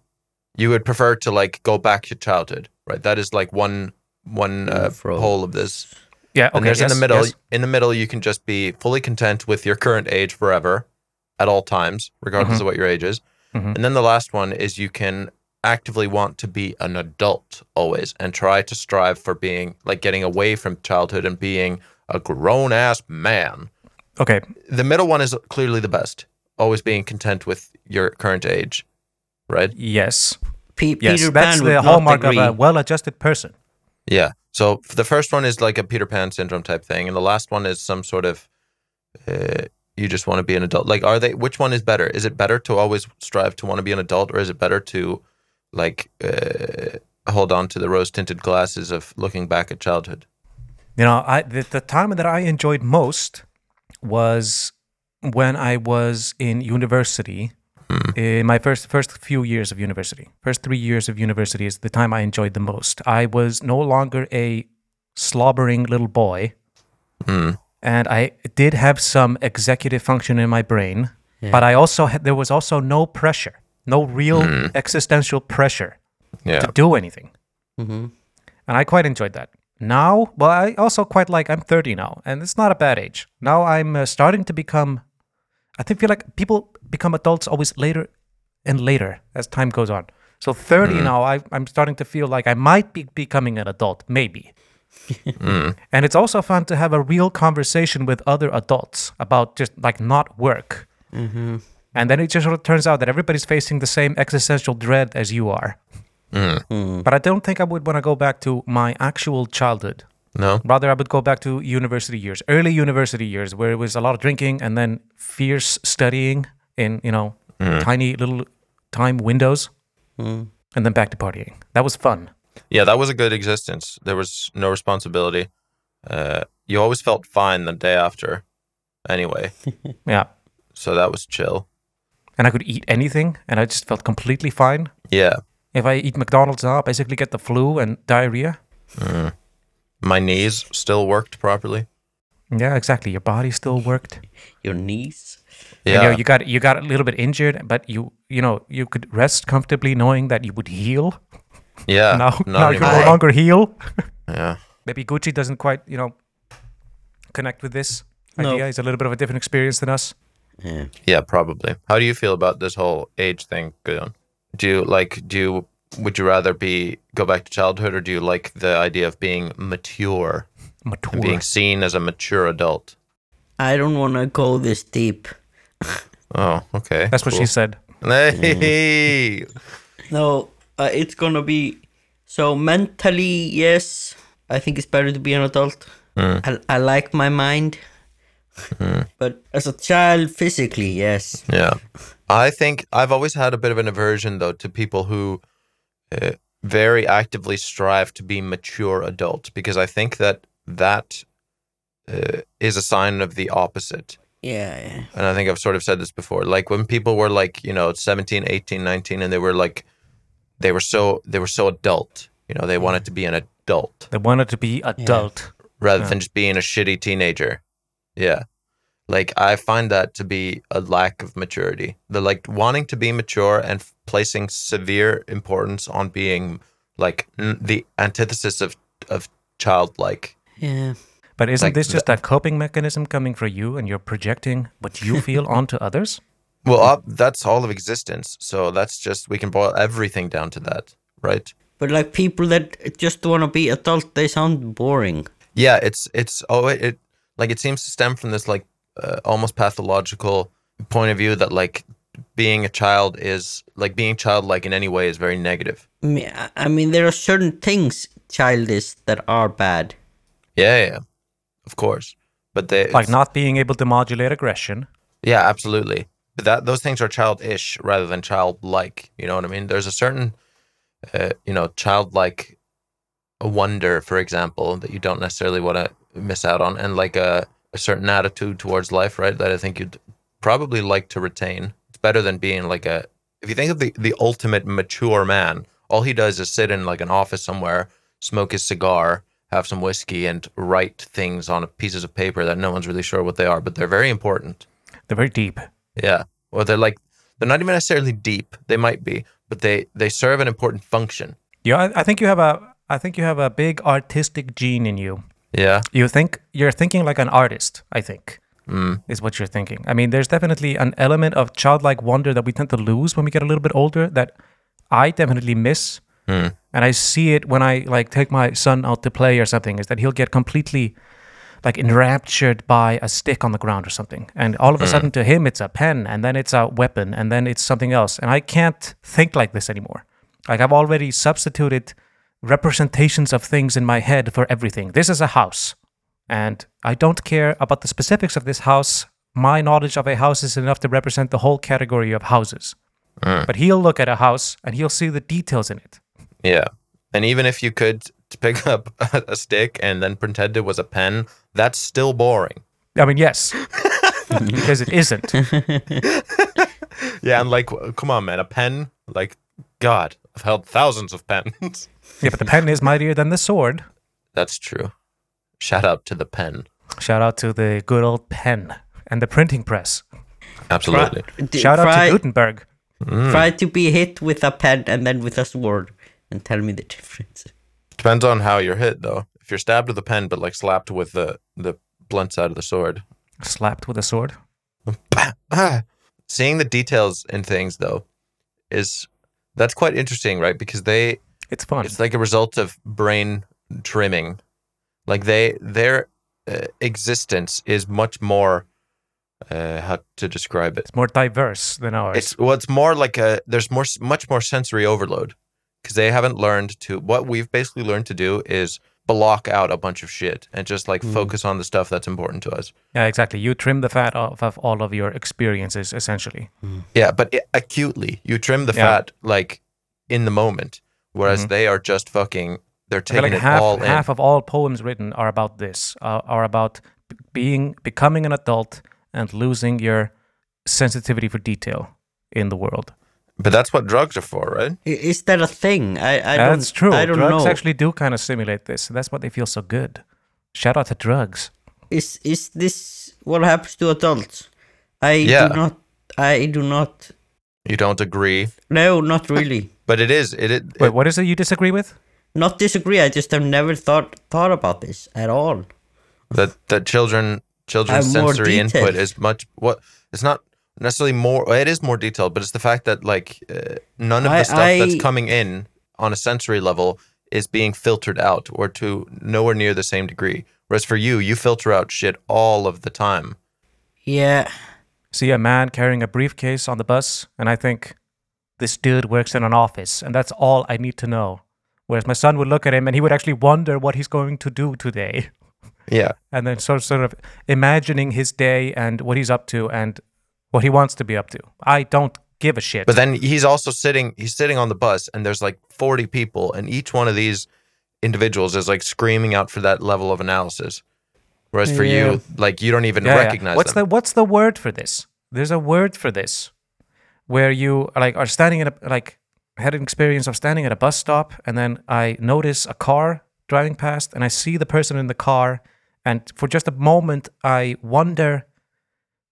[SPEAKER 3] You would prefer to like go back to childhood, right? That is like one one uh,
[SPEAKER 1] Fro-
[SPEAKER 3] whole of this.
[SPEAKER 4] yeah, okay.
[SPEAKER 3] And there's in
[SPEAKER 4] yes,
[SPEAKER 3] the middle.
[SPEAKER 4] yes.
[SPEAKER 3] In the middle, you can just be fully content with your current age forever, at all times, regardless
[SPEAKER 4] Mm-hmm.
[SPEAKER 3] of what your age is.
[SPEAKER 4] Mhm.
[SPEAKER 3] And then the last one is you can actively want to be an adult always, and try to strive for being like getting away from childhood and being a grown ass man.
[SPEAKER 4] Okay,
[SPEAKER 3] The middle one is clearly the best. Always being content with your current age, right?
[SPEAKER 4] yes,
[SPEAKER 1] Pe-
[SPEAKER 4] yes.
[SPEAKER 1] Peter
[SPEAKER 4] That's
[SPEAKER 1] Pan
[SPEAKER 4] the
[SPEAKER 1] would not
[SPEAKER 4] hallmark of
[SPEAKER 1] agree.
[SPEAKER 4] a well-adjusted person.
[SPEAKER 3] Yeah. So f- the first one is like a Peter Pan syndrome type thing, and the last one is some sort of uh, you just want to be an adult. Like, are they? Which one is better? Is it better to always strive to want to be an adult, or is it better to like uh, hold on to the rose tinted glasses of looking back at childhood?
[SPEAKER 4] You know, I the, the time that I enjoyed most was when I was in university. In my first first few years of university, first three years of university is the time I enjoyed the most. I was no longer a slobbering little boy, and I did have some executive function in my brain, but I also had, there was also no pressure, no real existential pressure
[SPEAKER 3] Yeah.
[SPEAKER 4] to do anything. And I quite enjoyed that. Now, well, I also quite like, I'm 30 now, and it's not a bad age. Now I'm uh, starting to become, I think, feel like people become adults always later and later as time goes on. So 30 now, I, I'm starting to feel like I might be becoming an adult, maybe. Mm. And it's also fun to have a real conversation with other adults about just like not work. And then it just sort of turns out that everybody's facing the same existential dread as you are. But I don't think I would want to go back to my actual childhood.
[SPEAKER 3] No.
[SPEAKER 4] Rather, I would go back to university years, early university years, where it was a lot of drinking and then fierce studying in, you know, tiny little time windows.
[SPEAKER 1] Mm.
[SPEAKER 4] And then back to partying. That was fun.
[SPEAKER 3] Yeah, that was a good existence. There was no responsibility. Uh, you always felt fine the day after, anyway.
[SPEAKER 4] Yeah.
[SPEAKER 3] so that was chill.
[SPEAKER 4] And I could eat anything and I just felt completely fine.
[SPEAKER 3] Yeah.
[SPEAKER 4] If I eat McDonald's now, I basically get the flu and diarrhea.
[SPEAKER 3] My knees still worked properly.
[SPEAKER 4] Yeah, exactly. Your body still worked.
[SPEAKER 1] Your niece.
[SPEAKER 3] Yeah.
[SPEAKER 4] And, you, know, you got you got a little bit injured, but you you know you could rest comfortably knowing that you would heal.
[SPEAKER 3] yeah.
[SPEAKER 4] now
[SPEAKER 3] Uh, not
[SPEAKER 4] now you can no
[SPEAKER 3] anymore.
[SPEAKER 4] longer heal.
[SPEAKER 3] Yeah.
[SPEAKER 4] Maybe Gucci doesn't quite you know connect with this
[SPEAKER 1] No.
[SPEAKER 4] idea. He's a little bit of a different experience than us.
[SPEAKER 1] Yeah.
[SPEAKER 3] Yeah, probably. How do you feel about this whole age thing, Gudjon? Do you like do you would you rather be go back to childhood or do you like the idea of being mature
[SPEAKER 4] Mature.
[SPEAKER 3] and being seen as a mature adult?
[SPEAKER 1] I don't want to go this deep.
[SPEAKER 3] Oh, okay.
[SPEAKER 4] That's what she said. Mm-hmm.
[SPEAKER 3] Hey.
[SPEAKER 1] No, uh, it's gonna be so mentally. Yes, I think it's better to be an adult.
[SPEAKER 4] Mm.
[SPEAKER 1] I, I like my mind, but as a child, physically, yes.
[SPEAKER 3] Yeah. I think I've always had a bit of an aversion, though, to people who uh, very actively strive to be mature adults because I think that that uh, is a sign of the opposite.
[SPEAKER 1] Yeah, yeah.
[SPEAKER 3] And I think I've sort of said this before. Like when people were like, you know, 17, 18, 19, and they were like, they were so, they were so adult, you know, they wanted to be an adult
[SPEAKER 4] They wanted to be adult.
[SPEAKER 3] rather than just being a shitty teenager. Yeah. Like I find that to be a lack of maturity. The like wanting to be mature and f- placing severe importance on being like n- the antithesis of of childlike.
[SPEAKER 1] yeah.
[SPEAKER 4] But isn't
[SPEAKER 3] Like
[SPEAKER 4] this just a coping mechanism coming for you and you're projecting what you feel onto others?
[SPEAKER 3] Well, ob- that's all of existence. So that's just we can boil everything down to that, right?
[SPEAKER 1] But like people that just want to be adult, they sound boring.
[SPEAKER 3] Yeah, it's it's oh it, it like it seems to stem from this like uh, almost pathological point of view that like being a child is like being childlike in any way is very negative.
[SPEAKER 1] I mean, I- I mean, there are certain things childish that are bad.
[SPEAKER 3] Yeah, yeah, yeah. of course. But they
[SPEAKER 4] Like
[SPEAKER 3] it's-
[SPEAKER 4] not being able to modulate aggression.
[SPEAKER 3] yeah, absolutely. But that those things are childish rather than childlike. You know what I mean? There's a certain uh, you know childlike wonder, for example, that you don't necessarily want to miss out on, and like a, a certain attitude towards life, right? That I think you'd probably like to retain. It's better than being like a. If you think of the the ultimate mature man, all he does is sit in like an office somewhere, smoke his cigar, have some whiskey, and write things on pieces of paper that no one's really sure what they are, but they're very important.
[SPEAKER 4] They're very deep.
[SPEAKER 3] Yeah. Or they're like they're not even necessarily deep. They might be, but they they serve an important function.
[SPEAKER 4] Yeah, I, I think you have a I think you have a big artistic gene in you.
[SPEAKER 3] Yeah.
[SPEAKER 4] You think you're thinking like an artist, I think. Is what you're thinking. I mean, there's definitely an element of childlike wonder that we tend to lose when we get a little bit older that I definitely miss. And I see it when I like take my son out to play or something, is that he'll get completely like enraptured by a stick on the ground or something. And all of a sudden to him it's a pen and then it's a weapon and then it's something else. And I can't think like this anymore. Like I've already substituted representations of things in my head for everything. This is a house. And I don't care about the specifics of this house. My knowledge of a house is enough to represent the whole category of houses. But he'll look at a house and he'll see the details in it.
[SPEAKER 3] Yeah. And even if you could t- pick up a, a stick and then pretend it was a pen, that's still boring.
[SPEAKER 4] I mean, yes, because it isn't.
[SPEAKER 3] Yeah, and like w- come on man, a pen? Like god, I've held thousands of pens.
[SPEAKER 4] Yeah, but the pen is mightier than the sword.
[SPEAKER 3] that's true. Shout out to the pen.
[SPEAKER 4] Shout out to the good old pen and the printing press.
[SPEAKER 3] Absolutely.
[SPEAKER 1] D-
[SPEAKER 4] Shout out
[SPEAKER 1] try,
[SPEAKER 4] to Mm. Gutenberg.
[SPEAKER 1] Try to be hit with a pen and then with a sword, and tell me the difference.
[SPEAKER 3] Depends on how you're hit though. If you're stabbed with a pen but like slapped with the the blunt side of the sword,
[SPEAKER 4] Slapped with a sword.
[SPEAKER 3] ah, seeing the details in things though is that's quite interesting right because they
[SPEAKER 4] It's fun.
[SPEAKER 3] it's like a result of brain trimming like they their uh, existence is much more uh, how to describe it
[SPEAKER 4] It's more diverse than ours.
[SPEAKER 3] it's well it's more like a there's more s- much more sensory overload because they haven't learned to what we've basically learned to do is block out a bunch of shit and just like focus on the stuff that's important to us
[SPEAKER 4] yeah, exactly. You trim the fat off of all of your experiences, essentially.
[SPEAKER 3] Yeah, but i- acutely. You trim the
[SPEAKER 4] Yeah.
[SPEAKER 3] fat like in the moment, whereas they are just fucking. They're
[SPEAKER 4] I feel
[SPEAKER 3] taking
[SPEAKER 4] like
[SPEAKER 3] it
[SPEAKER 4] half,
[SPEAKER 3] all
[SPEAKER 4] half
[SPEAKER 3] in.
[SPEAKER 4] of all poems written are about this, uh, are about b- being becoming an adult and losing your sensitivity for detail in the world.
[SPEAKER 3] But that's what drugs are for, right?
[SPEAKER 1] I- Is that a thing? I, I
[SPEAKER 4] That's
[SPEAKER 1] don't,
[SPEAKER 4] true.
[SPEAKER 1] I don't
[SPEAKER 4] drugs
[SPEAKER 1] know.
[SPEAKER 4] actually do kind of simulate this. That's why they feel so good. Shout out to drugs.
[SPEAKER 1] Is is this what happens to adults? I
[SPEAKER 3] Yeah.
[SPEAKER 1] do not. I do not.
[SPEAKER 3] You don't agree,
[SPEAKER 1] No, not really.
[SPEAKER 3] but it is. It. it,
[SPEAKER 4] Wait,
[SPEAKER 3] it-
[SPEAKER 4] what is it you disagree with?
[SPEAKER 1] not disagree. I just have never thought thought about this at all.
[SPEAKER 3] that that children children's
[SPEAKER 1] I'm more
[SPEAKER 3] sensory input
[SPEAKER 1] detailed.
[SPEAKER 3] is much. What it's not. necessarily more. well, It is more detailed, but it's the fact that like uh, none of
[SPEAKER 1] I-
[SPEAKER 3] the stuff that's
[SPEAKER 1] I-
[SPEAKER 3] coming in on a sensory level is being filtered out, or to nowhere near the same degree. Whereas for you, you filter out shit all of the time.
[SPEAKER 1] Yeah.
[SPEAKER 4] see a man carrying a briefcase on the bus and I think this dude works in an office and that's all I need to know. Whereas my son would look at him and he would actually wonder what he's going to do today.
[SPEAKER 3] Yeah,
[SPEAKER 4] And then sort of, sort of imagining his day and what he's up to and what he wants to be up to. I don't give a shit.
[SPEAKER 3] but then he's also sitting. He's sitting on the bus, and there's like forty people, and each one of these individuals is like screaming out for that level of analysis. Whereas for
[SPEAKER 1] Yeah.
[SPEAKER 3] you, like you don't even
[SPEAKER 4] Yeah, yeah.
[SPEAKER 3] recognize
[SPEAKER 4] What's
[SPEAKER 3] them.
[SPEAKER 4] the what's the word for this? There's a word for this, where you like are standing in a like I had an experience of standing at a bus stop, and then I notice a car driving past, and I see the person in the car, and for just a moment I wonder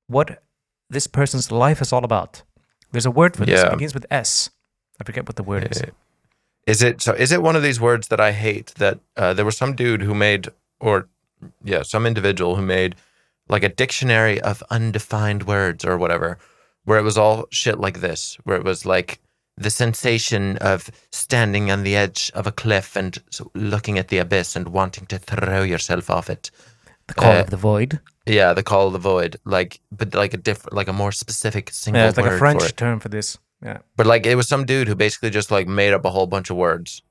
[SPEAKER 4] what this person's life is all about. There's a word for this. It
[SPEAKER 3] Yeah.
[SPEAKER 4] begins with S. I forget what the word is.
[SPEAKER 3] Uh, Is it so? Is it one of these words that I hate? That uh, there was some dude who made, or yeah, some individual who made like a dictionary of undefined words or whatever, where it was all shit like this, where it was like the sensation of standing on the edge of a cliff and s- looking at the abyss and wanting to throw yourself off it.
[SPEAKER 4] The call
[SPEAKER 3] Uh,
[SPEAKER 4] of the void.
[SPEAKER 3] Yeah, the call of the void, like but like a different, like a more specific single
[SPEAKER 4] Yeah, it's like
[SPEAKER 3] word for
[SPEAKER 4] a French
[SPEAKER 3] it.
[SPEAKER 4] term for this. Yeah.
[SPEAKER 3] But like it was some dude who basically just like made up a whole bunch of words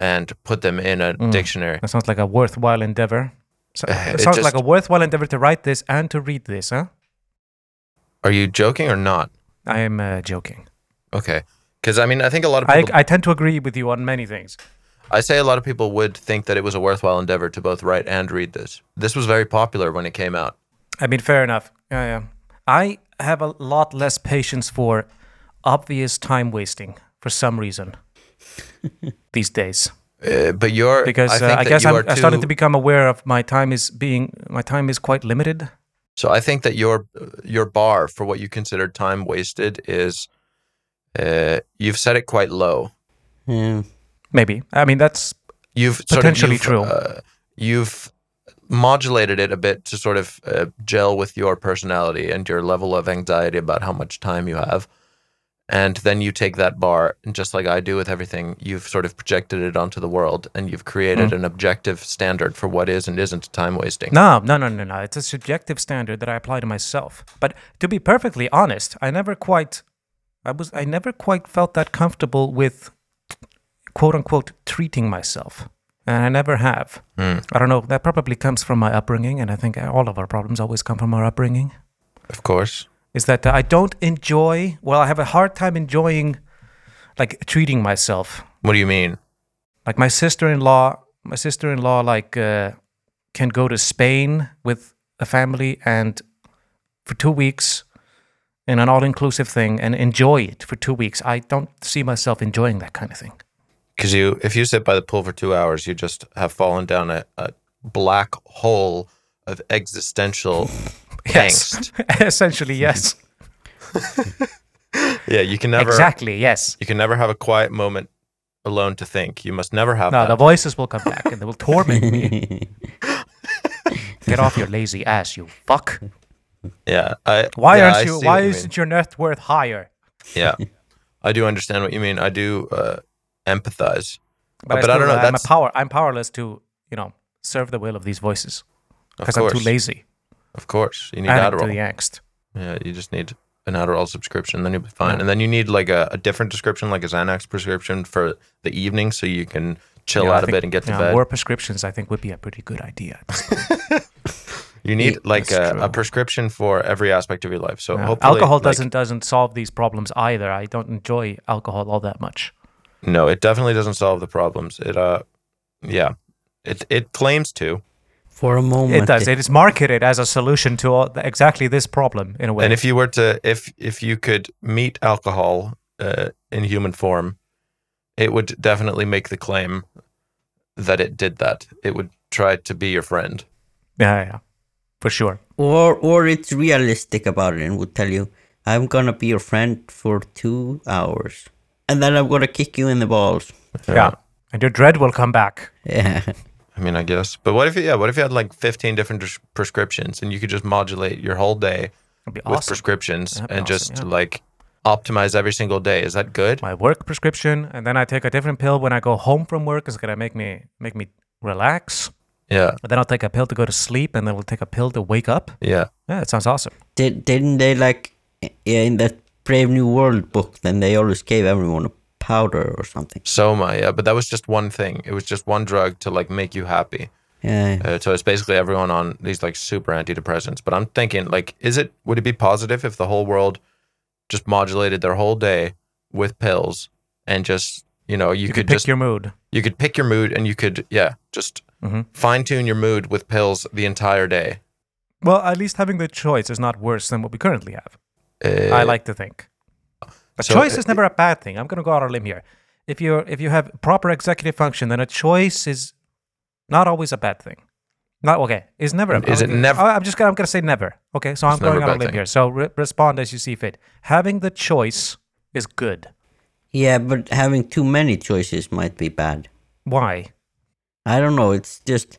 [SPEAKER 3] and put them in a
[SPEAKER 4] Mm.
[SPEAKER 3] dictionary.
[SPEAKER 4] That sounds like a worthwhile endeavor. So,
[SPEAKER 3] It
[SPEAKER 4] Uh, it sounds like
[SPEAKER 3] just-
[SPEAKER 4] a worthwhile endeavor to write this and to read this, huh?
[SPEAKER 3] Are you joking or not?
[SPEAKER 4] I am uh, joking.
[SPEAKER 3] Okay. Cuz I mean I think a lot of
[SPEAKER 4] I,
[SPEAKER 3] people I,
[SPEAKER 4] I tend to agree with you on many things.
[SPEAKER 3] say a lot of people would think that it was a worthwhile endeavor to both write and read this. This was very popular when it came out.
[SPEAKER 4] I mean, fair enough. Yeah, yeah. I have a lot less patience for obvious time wasting for some reason these days
[SPEAKER 3] Uh, but you're
[SPEAKER 4] because
[SPEAKER 3] I
[SPEAKER 4] I,
[SPEAKER 3] think
[SPEAKER 4] uh, I
[SPEAKER 3] that
[SPEAKER 4] guess
[SPEAKER 3] you
[SPEAKER 4] I'm
[SPEAKER 3] are
[SPEAKER 4] I started
[SPEAKER 3] too-
[SPEAKER 4] to become aware of my time is being my time is quite limited.
[SPEAKER 3] So I think that your your bar for what you consider time wasted is uh, you've set it quite low.
[SPEAKER 1] Yeah.
[SPEAKER 4] Maybe I mean that's
[SPEAKER 3] you've
[SPEAKER 4] Potentially
[SPEAKER 3] sort
[SPEAKER 4] true.
[SPEAKER 3] of, you've, Uh, you've modulated it a bit to sort of uh, gel with your personality and your level of anxiety about how much time you have. And then you take that bar, and just like I do with everything, you've sort of projected it onto the world and you've created
[SPEAKER 4] Mm.
[SPEAKER 3] an objective standard for what is and isn't time wasting.
[SPEAKER 4] No, no, no, no, no. It's a subjective standard that I apply to myself. But to be perfectly honest, I never quite, I was, I never quite felt that comfortable with, quote unquote, treating myself, and I never have. I don't know. That probably comes from my upbringing, and I think all of our problems always come from our upbringing
[SPEAKER 3] Of course.
[SPEAKER 4] is that uh, I don't enjoy. Well, I have a hard time enjoying, like treating myself.
[SPEAKER 3] What do you mean?
[SPEAKER 4] Like my sister-in-law, my sister-in-law like uh, can go to Spain with a family and for two weeks in an all-inclusive thing and enjoy it for two weeks. I don't see myself enjoying that kind of thing.
[SPEAKER 3] Because you, if you sit by the pool for two hours, you just have fallen down a, a black hole of existential angst.
[SPEAKER 4] essentially yes,
[SPEAKER 3] Yeah, you can never
[SPEAKER 4] exactly yes.
[SPEAKER 3] You can never have a quiet moment alone to think. You must never have
[SPEAKER 4] No,
[SPEAKER 3] that.
[SPEAKER 4] the voices will come back and they will torment me. Get off your lazy ass, you fuck!
[SPEAKER 3] yeah. I,
[SPEAKER 4] Why
[SPEAKER 3] yeah, I
[SPEAKER 4] aren't
[SPEAKER 3] see
[SPEAKER 4] you?
[SPEAKER 3] what
[SPEAKER 4] Why
[SPEAKER 3] mean.
[SPEAKER 4] isn't your net worth higher?
[SPEAKER 3] Yeah. I do understand what you mean. I do uh, empathize. But, I,
[SPEAKER 4] still,
[SPEAKER 3] don't know.
[SPEAKER 4] I'm
[SPEAKER 3] That's
[SPEAKER 4] a power. I'm powerless to you know serve the will of these voices
[SPEAKER 3] of
[SPEAKER 4] because I'm
[SPEAKER 3] course.
[SPEAKER 4] too lazy.
[SPEAKER 3] Of course, you need
[SPEAKER 4] Adding to the
[SPEAKER 3] Adderall.
[SPEAKER 4] angst.
[SPEAKER 3] Yeah, you just need an Adderall subscription, then you'll be fine. And then you need like a, a different prescription, like a Xanax prescription for the evening, so you can chill
[SPEAKER 4] Yeah, I
[SPEAKER 3] out a
[SPEAKER 4] think,
[SPEAKER 3] bit and get to
[SPEAKER 4] yeah,
[SPEAKER 3] bed.
[SPEAKER 4] More prescriptions, I think, would be a pretty good idea.
[SPEAKER 3] You need like
[SPEAKER 4] that's
[SPEAKER 3] a, a
[SPEAKER 4] true.
[SPEAKER 3] prescription for every aspect of your life. So
[SPEAKER 4] Yeah.
[SPEAKER 3] hopefully,
[SPEAKER 4] Alcohol
[SPEAKER 3] like-
[SPEAKER 4] doesn't doesn't solve these problems either. I don't enjoy alcohol all that much.
[SPEAKER 3] No, it definitely doesn't solve the problems. It uh, yeah, it it claims to.
[SPEAKER 1] For a moment.
[SPEAKER 4] It does. It is marketed as a solution to all, exactly this problem in a way.
[SPEAKER 3] And if you were to, if if you could meet alcohol uh, in human form, it would definitely make the claim that it did that. It would try to be your friend.
[SPEAKER 4] yeah, yeah, for sure.
[SPEAKER 1] or or it's realistic about it and would tell you, I'm gonna be your friend for two hours. And then I'm gonna kick you in the balls.
[SPEAKER 4] Yeah. and your dread will come back.
[SPEAKER 1] Yeah.
[SPEAKER 3] I mean, I guess. But what if, you, yeah, what if you had like fifteen different pres- prescriptions and you could just modulate your whole day
[SPEAKER 4] It'd be
[SPEAKER 3] with
[SPEAKER 4] awesome.
[SPEAKER 3] prescriptions
[SPEAKER 4] That'd be
[SPEAKER 3] and
[SPEAKER 4] awesome,
[SPEAKER 3] just
[SPEAKER 4] yeah.
[SPEAKER 3] like optimize every single day. Is that good?
[SPEAKER 4] my work prescription, and then I take a different pill when I go home from work. It's gonna make me make me relax.
[SPEAKER 3] Yeah.
[SPEAKER 4] But then I'll take a pill to go to sleep, and then we'll take a pill to wake up.
[SPEAKER 3] Yeah.
[SPEAKER 4] Yeah, that sounds awesome.
[SPEAKER 1] Did, didn't they like i- in that Brave New World book? Then they always gave everyone a powder or something.
[SPEAKER 3] Soma. Yeah. But that was just one thing. It was just one drug to like make you happy.
[SPEAKER 1] Yeah.
[SPEAKER 3] Uh, so it's basically everyone on these like super antidepressants. But I'm thinking, like, is it would it be positive if the whole world just modulated their whole day with pills and just you know you,
[SPEAKER 4] You,
[SPEAKER 3] could
[SPEAKER 4] can pick
[SPEAKER 3] just
[SPEAKER 4] your mood.
[SPEAKER 3] you could pick your mood and you could yeah just
[SPEAKER 4] Mhm.
[SPEAKER 3] fine tune your mood with pills the entire day.
[SPEAKER 4] Well, at least having the choice is not worse than what we currently have.
[SPEAKER 3] Uh,
[SPEAKER 4] I like to think. But
[SPEAKER 3] so,
[SPEAKER 4] choice
[SPEAKER 3] uh,
[SPEAKER 4] is never a bad thing. I'm gonna go out on a limb here. If you if you have proper executive function, then a choice is not always a bad thing. Not okay. It's never. A,
[SPEAKER 3] Is it
[SPEAKER 4] I'm-
[SPEAKER 3] never-
[SPEAKER 4] I'm just gonna, I'm gonna say never. Okay, so I'm
[SPEAKER 3] It's never
[SPEAKER 4] going
[SPEAKER 3] a
[SPEAKER 4] out on
[SPEAKER 3] bad
[SPEAKER 4] a limb
[SPEAKER 3] thing.
[SPEAKER 4] here. So re- respond as you see fit. Having the choice is good.
[SPEAKER 1] Yeah, but having too many choices might be bad.
[SPEAKER 4] Why?
[SPEAKER 1] I don't know. It's just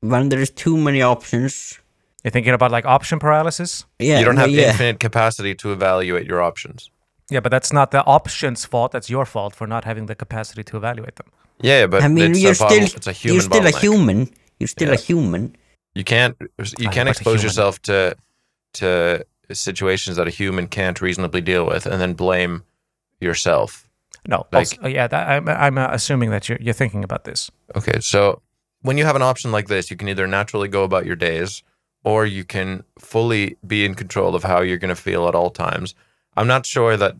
[SPEAKER 1] when there's too many options.
[SPEAKER 4] You're thinking about like option paralysis.
[SPEAKER 1] Yeah.
[SPEAKER 3] you don't
[SPEAKER 1] no,
[SPEAKER 3] have
[SPEAKER 1] yeah.
[SPEAKER 3] infinite capacity to evaluate your options.
[SPEAKER 4] Yeah, but that's not the option's fault. That's your fault for not having the capacity to evaluate them.
[SPEAKER 3] Yeah, but
[SPEAKER 1] I mean,
[SPEAKER 3] it's,
[SPEAKER 1] you're
[SPEAKER 3] a bottle-
[SPEAKER 1] still
[SPEAKER 3] it's a human.
[SPEAKER 1] you're still a
[SPEAKER 3] bottleneck.
[SPEAKER 1] human. You're still a human.
[SPEAKER 3] You can't you
[SPEAKER 4] I
[SPEAKER 3] can't
[SPEAKER 4] know, but a
[SPEAKER 3] expose
[SPEAKER 4] human-
[SPEAKER 3] yourself to to situations that a human can't reasonably deal with, and then blame yourself.
[SPEAKER 4] No.
[SPEAKER 3] Like-
[SPEAKER 4] also- yeah, that, I'm, I'm uh, assuming that you're, you're thinking about this.
[SPEAKER 3] Okay, so when you have an option like this, you can either naturally go about your days, or you can fully be in control of how you're going to feel at all times. I'm not sure that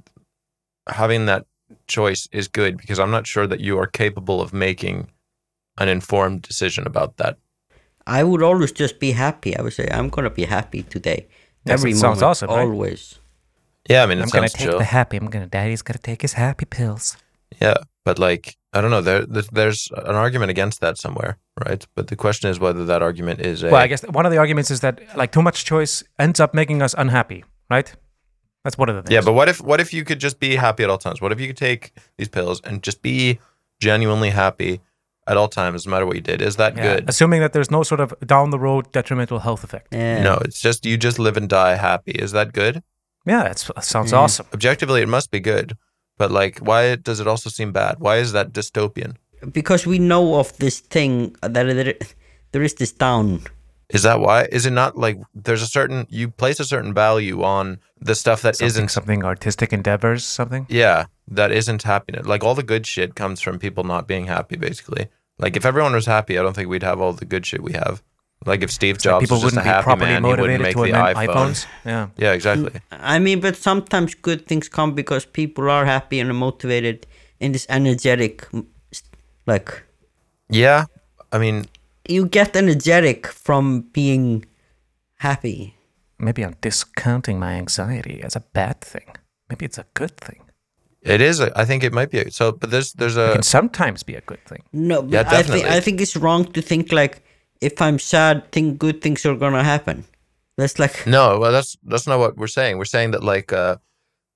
[SPEAKER 3] having that choice is good because I'm not sure that you are capable of making an informed decision about that.
[SPEAKER 1] I would always just be happy. I would say I'm gonna be happy today.
[SPEAKER 4] Yes,
[SPEAKER 1] Every
[SPEAKER 4] it sounds
[SPEAKER 1] moment,
[SPEAKER 4] awesome, right?
[SPEAKER 1] always.
[SPEAKER 3] Yeah, I mean, it
[SPEAKER 4] I'm gonna
[SPEAKER 3] sounds
[SPEAKER 4] take
[SPEAKER 3] chill.
[SPEAKER 4] the happy. I'm gonna. Daddy's gonna take his happy pills.
[SPEAKER 3] Yeah, but like I don't know. There, there- there's an argument against that somewhere, right? But the question is whether that argument is a
[SPEAKER 4] Well, I guess one of the arguments is that like too much choice ends up making us unhappy, right? That's one of the things.
[SPEAKER 3] yeah. But what if what if you could just be happy at all times? What if you could take these pills and just be genuinely happy at all times, no matter what you did? Is that
[SPEAKER 4] Yeah,
[SPEAKER 3] good?
[SPEAKER 4] Assuming that there's no sort of down the road detrimental health effect.
[SPEAKER 1] Yeah.
[SPEAKER 3] No, it's just you just live and die happy. Is that good?
[SPEAKER 4] Yeah, that's, that sounds
[SPEAKER 3] Mm-hmm.
[SPEAKER 4] awesome.
[SPEAKER 3] Objectively, it must be good. But like, why does it also seem bad? Why is that dystopian?
[SPEAKER 1] Because we know of this thing uh, that there, there is this down.
[SPEAKER 3] Is that why? Is it not like there's a certain you place a certain value on the stuff that
[SPEAKER 4] Something,
[SPEAKER 3] not
[SPEAKER 4] something artistic endeavors? Something.
[SPEAKER 3] Yeah, that isn't happiness. Like all the good shit comes from people not being happy, basically. Like if everyone was happy, I don't think we'd have all the good shit we have. Like if Steve
[SPEAKER 4] Like,
[SPEAKER 3] Jobs
[SPEAKER 4] people
[SPEAKER 3] was just
[SPEAKER 4] wouldn't
[SPEAKER 3] a
[SPEAKER 4] be
[SPEAKER 3] happy
[SPEAKER 4] properly
[SPEAKER 3] man, he wouldn't
[SPEAKER 4] motivated
[SPEAKER 3] make
[SPEAKER 4] to
[SPEAKER 3] the
[SPEAKER 4] invent
[SPEAKER 3] iPhone.
[SPEAKER 4] iPhones. Yeah.
[SPEAKER 3] Yeah, exactly.
[SPEAKER 1] I mean, but sometimes good things come because people are happy and motivated in this energetic, mm, st- like
[SPEAKER 3] Yeah, I mean,
[SPEAKER 1] you get energetic from being happy.
[SPEAKER 4] Maybe I'm discounting my anxiety as a bad thing. Maybe it's a good thing.
[SPEAKER 3] it is. A, I think it might be. A, so, but there's there's
[SPEAKER 4] It
[SPEAKER 3] a
[SPEAKER 4] can sometimes be a good thing.
[SPEAKER 1] No, but
[SPEAKER 3] Yeah,
[SPEAKER 1] I think
[SPEAKER 3] definitely.
[SPEAKER 1] I think it's wrong to think like if I'm sad, think good things are gonna happen. That's like
[SPEAKER 3] no. Well, that's that's not what we're saying. We're saying that like uh,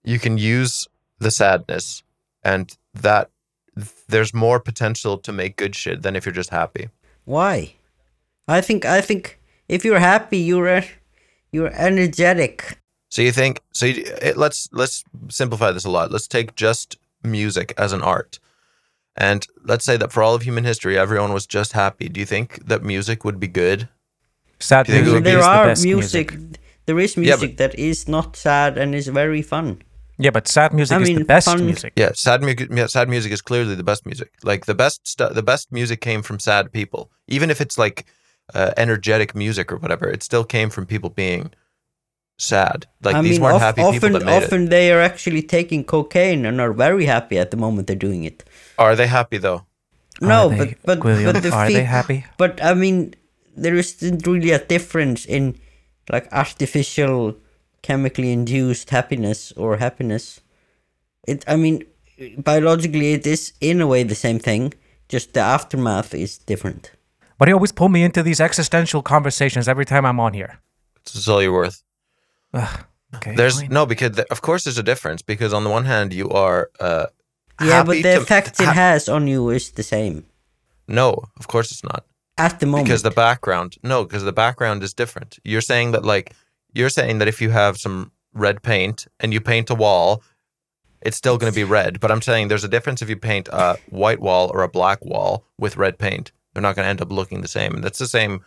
[SPEAKER 3] you can use the sadness, and that there's more potential to make good shit than if you're just happy.
[SPEAKER 1] why. I think I think if you're happy, you're en- you're energetic.
[SPEAKER 3] So you think so? You, it, let's let's simplify this a lot. Let's take just music as an art, and let's say that for all of human history, everyone was just happy. Do you think that music would be good?
[SPEAKER 4] Sad
[SPEAKER 3] You think it
[SPEAKER 4] music
[SPEAKER 3] would be-
[SPEAKER 1] there
[SPEAKER 4] is the
[SPEAKER 1] are
[SPEAKER 4] best music.
[SPEAKER 1] music. There is
[SPEAKER 3] Yeah,
[SPEAKER 1] music that is not sad and is very fun.
[SPEAKER 4] Yeah, but sad music
[SPEAKER 1] I
[SPEAKER 4] is the
[SPEAKER 1] mean,
[SPEAKER 4] best
[SPEAKER 1] fun-
[SPEAKER 4] music.
[SPEAKER 3] Yeah, sad music. Yeah, sad music is clearly the best music. Like the best stuff. The best music came from sad people, even if it's like uh, energetic music or whatever. It still came from people being sad. Like
[SPEAKER 1] I
[SPEAKER 3] these
[SPEAKER 1] mean,
[SPEAKER 3] weren't
[SPEAKER 1] of-
[SPEAKER 3] happy
[SPEAKER 1] often
[SPEAKER 3] people that made it.
[SPEAKER 1] often they are actually taking cocaine and are very happy at the moment they're doing it.
[SPEAKER 3] Are they happy though?
[SPEAKER 1] No,
[SPEAKER 4] Are they,
[SPEAKER 1] but but
[SPEAKER 4] Guillaume,
[SPEAKER 1] but the
[SPEAKER 4] are
[SPEAKER 1] fe-
[SPEAKER 4] they happy?
[SPEAKER 1] But I mean, there isn't really a difference in like artificial, chemically induced happiness or happiness. It. I mean, biologically, it is in a way the same thing. Just the aftermath is different.
[SPEAKER 4] But you always pull me into these existential conversations every time I'm on here.
[SPEAKER 3] This is all you're worth.
[SPEAKER 4] Ugh, okay.
[SPEAKER 3] There's
[SPEAKER 4] fine.
[SPEAKER 3] no because th- of course there's a difference because on the one hand you are uh,
[SPEAKER 1] Yeah, but
[SPEAKER 3] happy
[SPEAKER 1] the
[SPEAKER 3] to-
[SPEAKER 1] effect it
[SPEAKER 3] ha-
[SPEAKER 1] has on you is the same
[SPEAKER 3] no of course it's not
[SPEAKER 1] at the moment.
[SPEAKER 3] because the background no because the background is different. You're saying that like you're saying that if you have some red paint and you paint a wall, it's still going to be red. But I'm saying there's a difference if you paint a white wall or a black wall with red paint. They're not going to end up looking the same. And that's the same.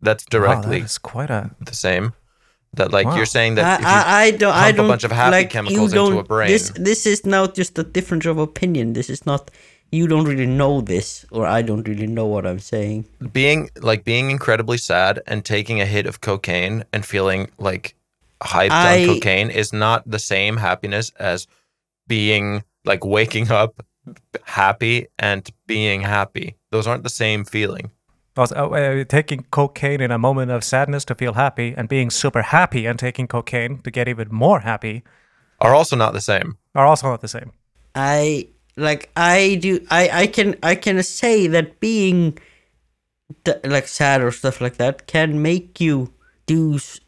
[SPEAKER 3] That's directly
[SPEAKER 4] It's quite a
[SPEAKER 3] the same. That like
[SPEAKER 4] Wow.
[SPEAKER 3] you're saying that if you,
[SPEAKER 1] I, I, I don't. I
[SPEAKER 3] pump a
[SPEAKER 1] don't
[SPEAKER 3] bunch of happy
[SPEAKER 1] like,
[SPEAKER 3] chemicals
[SPEAKER 1] you
[SPEAKER 3] into
[SPEAKER 1] don't,
[SPEAKER 3] a brain.
[SPEAKER 1] This this is now just a difference of opinion. This is not. You don't really know this, or I don't really know what I'm saying.
[SPEAKER 3] being like being incredibly sad and taking a hit of cocaine and feeling like hyped
[SPEAKER 1] I-
[SPEAKER 3] on cocaine is not the same happiness as being like waking up happy and being happy. Those aren't the same feeling.
[SPEAKER 4] Also, uh, uh, taking cocaine in a moment of sadness to feel happy and being super happy and taking cocaine to get even more happy
[SPEAKER 3] Are also not the same.
[SPEAKER 4] are also not the same.
[SPEAKER 1] I like I do I I can I can say that being th- like sad or stuff like that can make you do s-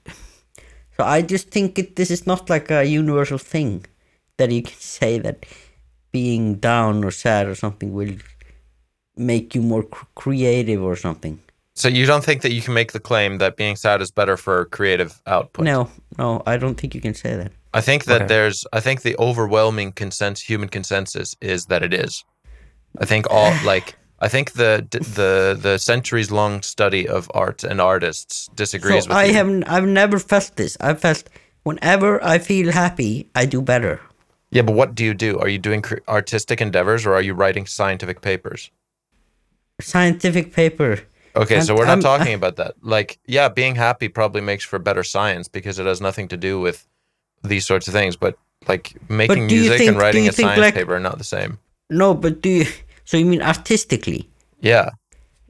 [SPEAKER 1] so I just think it this is not like a universal thing that you can say that being down or sad or something will make you more cr- creative or something.
[SPEAKER 3] So you don't think that you can make the claim that being sad is better for creative output?
[SPEAKER 1] No, no, I don't think you can say that.
[SPEAKER 3] I think that
[SPEAKER 4] Okay.
[SPEAKER 3] there's I think the overwhelming consens human consensus is that it is. I think all like I think the d- the the centuries long study of art and artists disagrees
[SPEAKER 1] So
[SPEAKER 3] with
[SPEAKER 1] I
[SPEAKER 3] you.
[SPEAKER 1] haven't I've never felt this. I felt whenever I feel happy, I do better.
[SPEAKER 3] yeah, but what do you do? Are you doing cr- artistic endeavors or are you writing scientific papers?
[SPEAKER 1] scientific paper.
[SPEAKER 3] Okay, so
[SPEAKER 1] And
[SPEAKER 3] we're not
[SPEAKER 1] I'm-
[SPEAKER 3] talking about that. Like, yeah, being happy probably makes for better science because it has nothing to do with these sorts of things, but like making
[SPEAKER 1] do you
[SPEAKER 3] music
[SPEAKER 1] think-
[SPEAKER 3] and
[SPEAKER 1] do
[SPEAKER 3] writing
[SPEAKER 1] you
[SPEAKER 3] a
[SPEAKER 1] think,
[SPEAKER 3] science
[SPEAKER 1] like-
[SPEAKER 3] paper are not the same.
[SPEAKER 1] No, but do you? So you mean artistically?
[SPEAKER 3] Yeah.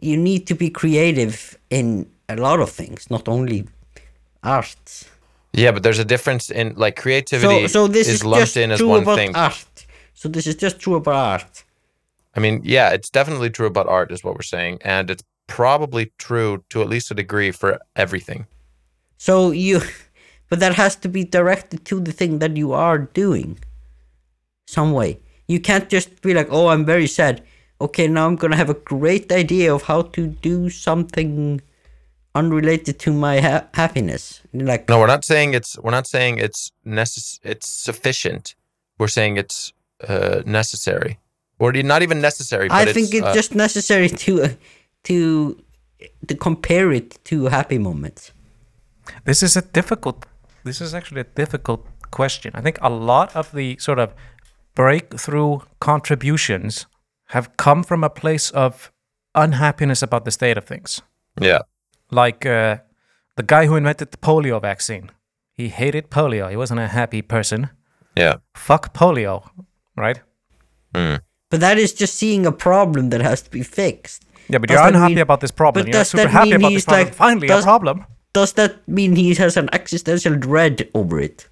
[SPEAKER 1] You need to be creative in a lot of things, not only arts.
[SPEAKER 3] Yeah, but there's a difference in like
[SPEAKER 1] So,
[SPEAKER 3] creativity
[SPEAKER 1] so this
[SPEAKER 3] is,
[SPEAKER 1] is,
[SPEAKER 3] lumped
[SPEAKER 1] just
[SPEAKER 3] in as
[SPEAKER 1] true
[SPEAKER 3] one
[SPEAKER 1] about
[SPEAKER 3] thing.
[SPEAKER 1] art. So this is just true about art.
[SPEAKER 3] I mean, yeah, it's definitely true about art, is what we're saying, and it's probably true to at least a degree for everything.
[SPEAKER 1] So you, but that has to be directed to the thing that you are doing. Some way you can't just be like, "Oh, I'm very sad." Okay, now I'm gonna have a great idea of how to do something unrelated to my ha- happiness. Like,
[SPEAKER 3] No, we're not saying it's we're not saying it's necess- it's sufficient. We're saying it's uh, necessary, or not even necessary. But
[SPEAKER 1] I think it's
[SPEAKER 3] uh,
[SPEAKER 1] just necessary to uh, to to compare it to happy moments.
[SPEAKER 4] This is a difficult. This is actually a difficult question. I think a lot of the sort of breakthrough contributions have come from a place of unhappiness about the state of things.
[SPEAKER 3] yeah.
[SPEAKER 4] like uh, the guy who invented the polio vaccine. He hated polio. He wasn't a happy person.
[SPEAKER 3] Yeah, Hmm.
[SPEAKER 4] Fuck polio, right?
[SPEAKER 1] But that is just seeing a problem that has to be fixed.
[SPEAKER 4] Yeah, but
[SPEAKER 1] Does
[SPEAKER 4] you're
[SPEAKER 1] that
[SPEAKER 4] unhappy
[SPEAKER 1] mean-
[SPEAKER 4] about this problem.
[SPEAKER 1] but
[SPEAKER 4] You're
[SPEAKER 1] does
[SPEAKER 4] super
[SPEAKER 1] that
[SPEAKER 4] happy
[SPEAKER 1] mean
[SPEAKER 4] about
[SPEAKER 1] he's
[SPEAKER 4] this problem.
[SPEAKER 1] like-
[SPEAKER 4] Finally, a
[SPEAKER 1] does-
[SPEAKER 4] problem.
[SPEAKER 1] Does that mean he has an existential dread over it,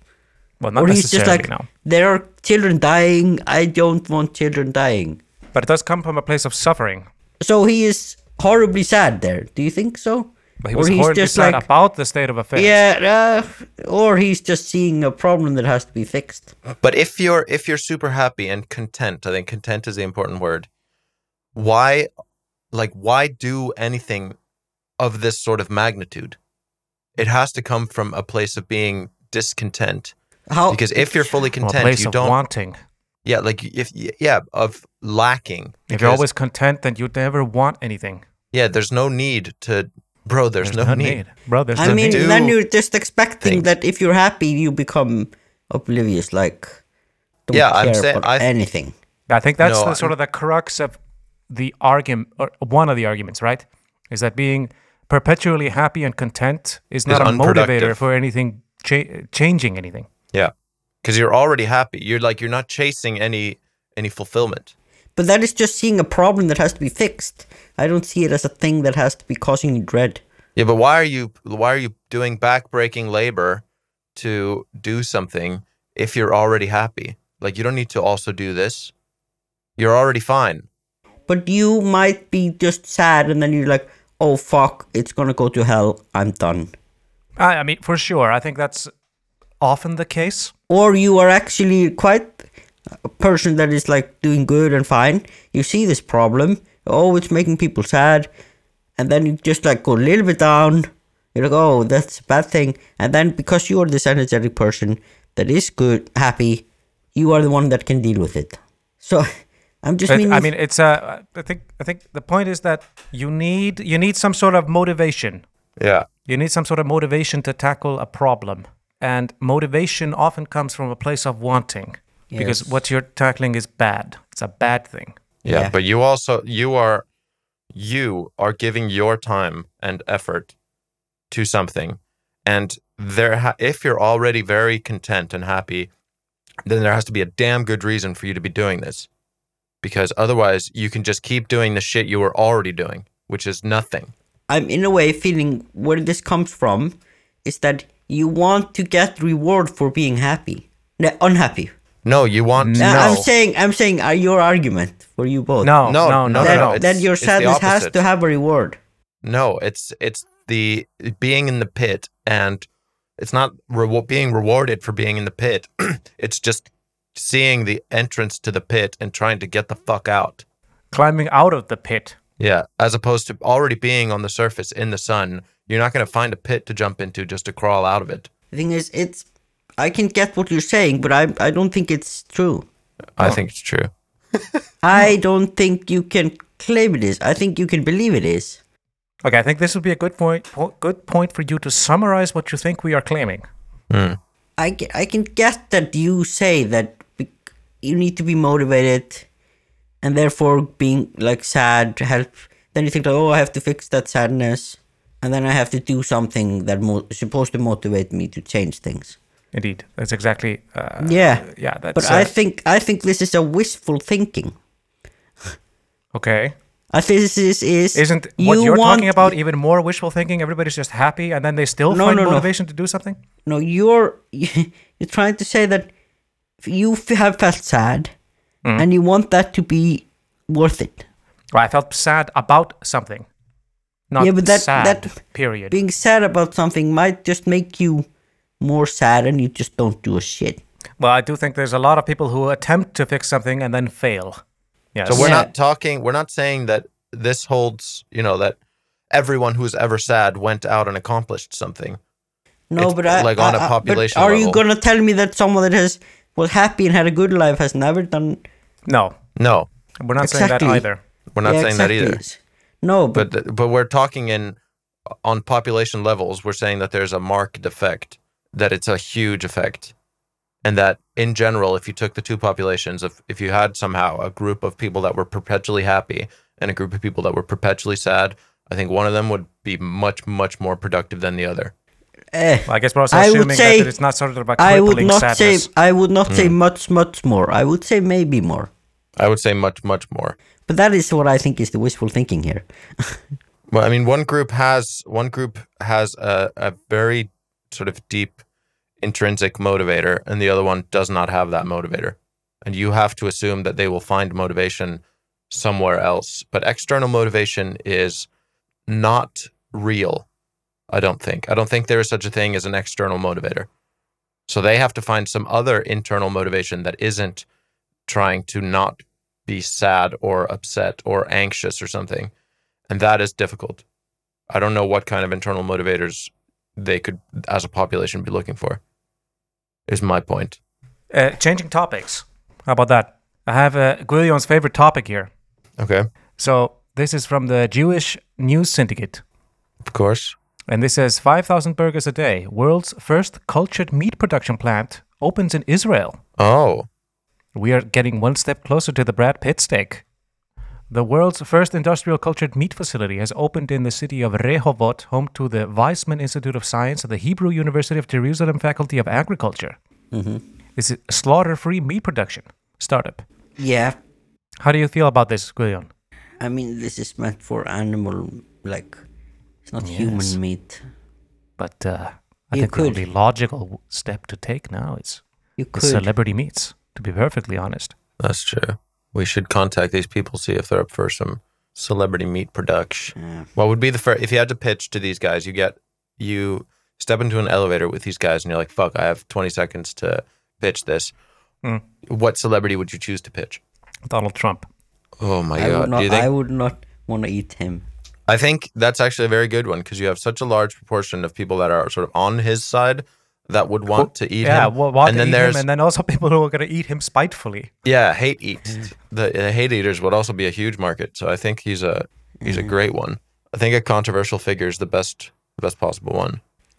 [SPEAKER 4] Well, not
[SPEAKER 1] or he's just
[SPEAKER 4] necessarily
[SPEAKER 1] like,
[SPEAKER 4] now.
[SPEAKER 1] "There are children dying. I don't want children dying."
[SPEAKER 4] But it does come from a place of suffering.
[SPEAKER 1] So he is horribly sad there. Do you think so?
[SPEAKER 4] But he was horribly sad about the state of affairs.
[SPEAKER 1] yeah, uh, or he's just seeing a problem that has to be fixed.
[SPEAKER 3] But if you're if you're super happy and content, I think content is the important word. Why like why do anything of this sort of magnitude? It has to come from a place of being discontent
[SPEAKER 1] How?
[SPEAKER 3] because if you're fully
[SPEAKER 4] From Oh, a
[SPEAKER 3] content,
[SPEAKER 4] place
[SPEAKER 3] you
[SPEAKER 4] of
[SPEAKER 3] don't
[SPEAKER 4] wanting.
[SPEAKER 3] yeah, like if yeah, of lacking.
[SPEAKER 4] If you're
[SPEAKER 3] because-
[SPEAKER 4] always content, then you never want anything.
[SPEAKER 3] yeah, there's no need to bro, there's, no, need.
[SPEAKER 4] bro. There's
[SPEAKER 1] I
[SPEAKER 4] no
[SPEAKER 1] mean,
[SPEAKER 4] need.
[SPEAKER 3] do
[SPEAKER 1] then you're just expecting
[SPEAKER 3] things.
[SPEAKER 1] that if you're happy, you become oblivious, like don't
[SPEAKER 3] Yeah,
[SPEAKER 1] care
[SPEAKER 3] I'm saying-
[SPEAKER 1] about
[SPEAKER 3] I-
[SPEAKER 1] anything.
[SPEAKER 4] I think that's
[SPEAKER 3] No,
[SPEAKER 4] the,
[SPEAKER 3] I-
[SPEAKER 4] sort of the crux of the argument, or one of the arguments, right? Is that being perpetually happy and content is not a motivator
[SPEAKER 3] unproductive.
[SPEAKER 4] for anything cha- changing anything.
[SPEAKER 3] Yeah. Cuz you're already happy. You're like you're not chasing any any fulfillment.
[SPEAKER 1] But that is just seeing a problem that has to be fixed. I don't see it as a thing that has to be causing you dread.
[SPEAKER 3] Yeah, but why are you why are you doing backbreaking labor to do something if you're already happy? Like you don't need to also do this. You're already fine.
[SPEAKER 1] But you might be just sad, and then you're like, "Oh fuck, it's gonna go to hell. I'm done."
[SPEAKER 4] I, I mean, for sure, I think that's often the case.
[SPEAKER 1] Or you are actually quite a person that is like doing good and fine. You see this problem. Oh, it's making people sad, and then you just like go a little bit down. You're like, oh, that's a bad thing. And then because you are this energetic person that is good, happy, you are the one that can deal with it. So I'm just
[SPEAKER 4] But,
[SPEAKER 1] meaning.
[SPEAKER 4] I mean, it's uh, I think I think the point is that you need you need some sort of motivation.
[SPEAKER 3] Yeah.
[SPEAKER 4] You need some sort of motivation to tackle a problem, and motivation often comes from a place of wanting, because
[SPEAKER 1] Yes.
[SPEAKER 4] what you're tackling is bad. It's a bad thing.
[SPEAKER 3] yeah
[SPEAKER 1] Yeah.
[SPEAKER 3] but you also you are you are giving your time and effort to something and there ha- if you're already very content and happy then there has to be a damn good reason for you to be doing this because otherwise you can just keep doing the shit you were already doing which is nothing
[SPEAKER 1] I'm in a way feeling where this comes from is that you want to get reward for being happy, no, unhappy.
[SPEAKER 3] no you want
[SPEAKER 1] Now,
[SPEAKER 3] no
[SPEAKER 1] I'm saying, I'm saying, uh, your argument for you both.
[SPEAKER 4] No,
[SPEAKER 3] No,
[SPEAKER 4] no, no, no.
[SPEAKER 3] no,
[SPEAKER 1] that,
[SPEAKER 3] no,
[SPEAKER 1] that
[SPEAKER 3] it's-
[SPEAKER 1] your
[SPEAKER 3] it's the
[SPEAKER 1] sadness has
[SPEAKER 3] opposite.
[SPEAKER 1] to have a reward.
[SPEAKER 3] No, it's it's the being in the pit, and it's not rewa- being rewarded for being in the pit. it's just seeing the entrance to the pit and trying to get the fuck out.
[SPEAKER 4] Climbing out of the pit.
[SPEAKER 3] Yeah, as opposed to already being on the surface in the sun, you're not going to find a pit to jump into just to crawl out of it.
[SPEAKER 1] The thing is, it's I can get what you're saying, but I I don't think it's true.
[SPEAKER 3] I think it's true.
[SPEAKER 1] I don't think you can claim it is. I think you can believe it is.
[SPEAKER 4] Okay, I think this would be a good point. po- Good point for you to summarize what you think we are claiming.
[SPEAKER 1] I can, I can guess that you say that be- you need to be motivated and therefore being like sad to help then you think like oh I have to fix that sadness and then I have to do something that mo- is supposed to motivate me to change things.
[SPEAKER 4] Indeed, that's exactly. Uh,
[SPEAKER 1] Yeah.
[SPEAKER 4] yeah. That's.
[SPEAKER 1] But
[SPEAKER 4] uh,
[SPEAKER 1] I think I think this is a wishful thinking.
[SPEAKER 4] okay.
[SPEAKER 1] I think this is, is
[SPEAKER 4] Isn't what
[SPEAKER 1] you
[SPEAKER 4] you're
[SPEAKER 1] want-
[SPEAKER 4] talking about even more wishful thinking? Everybody's just happy, and then they still
[SPEAKER 1] No,
[SPEAKER 4] find
[SPEAKER 1] no, no.
[SPEAKER 4] motivation to do something.
[SPEAKER 1] No, you're you're trying to say that you f- have felt sad,
[SPEAKER 4] Mm-hmm.
[SPEAKER 1] and you want that to be worth it.
[SPEAKER 4] Or I felt sad about something, not
[SPEAKER 1] Yeah, but that-
[SPEAKER 4] sad.
[SPEAKER 1] that-
[SPEAKER 4] period.
[SPEAKER 1] Being sad about something might just make you more sad, and you just don't do a shit.
[SPEAKER 4] well, I do think there's a lot of people who attempt to fix something and then fail. Yes.
[SPEAKER 3] So we're
[SPEAKER 1] Yeah.
[SPEAKER 3] not talking. We're not saying that this holds. You know that everyone who's ever sad went out and accomplished something.
[SPEAKER 1] No,
[SPEAKER 3] It's
[SPEAKER 1] but I
[SPEAKER 3] like on
[SPEAKER 1] I-
[SPEAKER 3] a
[SPEAKER 1] I- but
[SPEAKER 3] population
[SPEAKER 1] are you
[SPEAKER 3] level.
[SPEAKER 1] gonna tell me that someone that has was happy and had a good life has never done?
[SPEAKER 4] no,
[SPEAKER 3] No,
[SPEAKER 4] we're not saying that
[SPEAKER 1] Exactly.
[SPEAKER 4] either.
[SPEAKER 3] we're not
[SPEAKER 1] Yeah,
[SPEAKER 3] saying
[SPEAKER 1] exactly.
[SPEAKER 3] that either.
[SPEAKER 1] No, but,
[SPEAKER 3] but th- but we're talking in on population levels we're saying that there's a marked effect that it's a huge effect and that in general if you took the two populations if if you had somehow a group of people that were perpetually happy and a group of people that were perpetually sad i think one of them would be much much more productive than the other
[SPEAKER 1] eh,
[SPEAKER 4] Well, I guess we're also
[SPEAKER 1] I would
[SPEAKER 4] assuming
[SPEAKER 1] say-
[SPEAKER 4] that it's not sort of a
[SPEAKER 1] I would
[SPEAKER 4] crippling
[SPEAKER 1] not
[SPEAKER 4] sadness. Hmm.
[SPEAKER 1] say I would not say much much more. I would say maybe more.
[SPEAKER 3] i would say much much more
[SPEAKER 1] But that is what I think is the wishful thinking here.
[SPEAKER 3] Well, I mean, one group has one group has a, a very sort of deep intrinsic motivator, and the other one does not have that motivator. And you have to assume that they will find motivation somewhere else. But external motivation is not real. I don't think. I don't think there is such a thing as an external motivator. So they have to find some other internal motivation that isn't trying to not be sad or upset or anxious or something and that is difficult. I don't know what kind of internal motivators they could, as a population, be looking for. Is my point.
[SPEAKER 4] Uh, changing topics. How about that? I have uh, Guillon's favorite topic here.
[SPEAKER 3] Okay,
[SPEAKER 4] So this is from the Jewish News Syndicate.
[SPEAKER 3] of course.
[SPEAKER 4] And this says 5,000 burgers a day. World's first cultured meat production plant opens in Israel.
[SPEAKER 3] Oh,
[SPEAKER 4] We are getting one step closer to the Brad Pitt steak. The world's first industrial cultured meat facility has opened in the city of Rehovot, home to the Weizmann Institute of Science and the Hebrew University of Jerusalem Faculty of Agriculture.
[SPEAKER 1] Mm-hmm.
[SPEAKER 4] This is slaughter free meat production startup.
[SPEAKER 1] Yeah,
[SPEAKER 4] How do you feel about this, Guillaume?
[SPEAKER 1] I mean this is meant for animal, like it's not human meat.
[SPEAKER 4] But uh, I
[SPEAKER 1] You
[SPEAKER 4] think the
[SPEAKER 1] could.
[SPEAKER 4] only logical w- step to take now is
[SPEAKER 1] You
[SPEAKER 4] the
[SPEAKER 1] could.
[SPEAKER 4] celebrity meats, to be perfectly honest.
[SPEAKER 3] that's true. We should contact these people see if they're up for some celebrity meat production.
[SPEAKER 1] Yeah.
[SPEAKER 3] What would be the first? If you had to pitch to these guys, you get you step into an elevator with these guys, and you're like, "Fuck, I have 20 seconds to pitch this."
[SPEAKER 4] Mm.
[SPEAKER 3] What celebrity would you choose to pitch?
[SPEAKER 4] Donald Trump.
[SPEAKER 3] Oh my
[SPEAKER 1] I
[SPEAKER 3] god!
[SPEAKER 1] would not.
[SPEAKER 3] Do you think
[SPEAKER 1] I would not want to eat him.
[SPEAKER 3] I think that's actually a very good one because you have such a large proportion of people that are sort of on his side that would want to eat
[SPEAKER 4] yeah,
[SPEAKER 3] him.
[SPEAKER 4] well, want
[SPEAKER 3] and
[SPEAKER 4] to
[SPEAKER 3] then
[SPEAKER 4] eat
[SPEAKER 3] there's
[SPEAKER 4] him, and then also people who are going to eat him spitefully.
[SPEAKER 3] yeah, hate
[SPEAKER 4] Mm.
[SPEAKER 3] eat. The, the uh, hate eaters would also be a huge market. So I think he's a he's
[SPEAKER 4] Mm.
[SPEAKER 3] a great one. I think a controversial figure is the best the best possible one.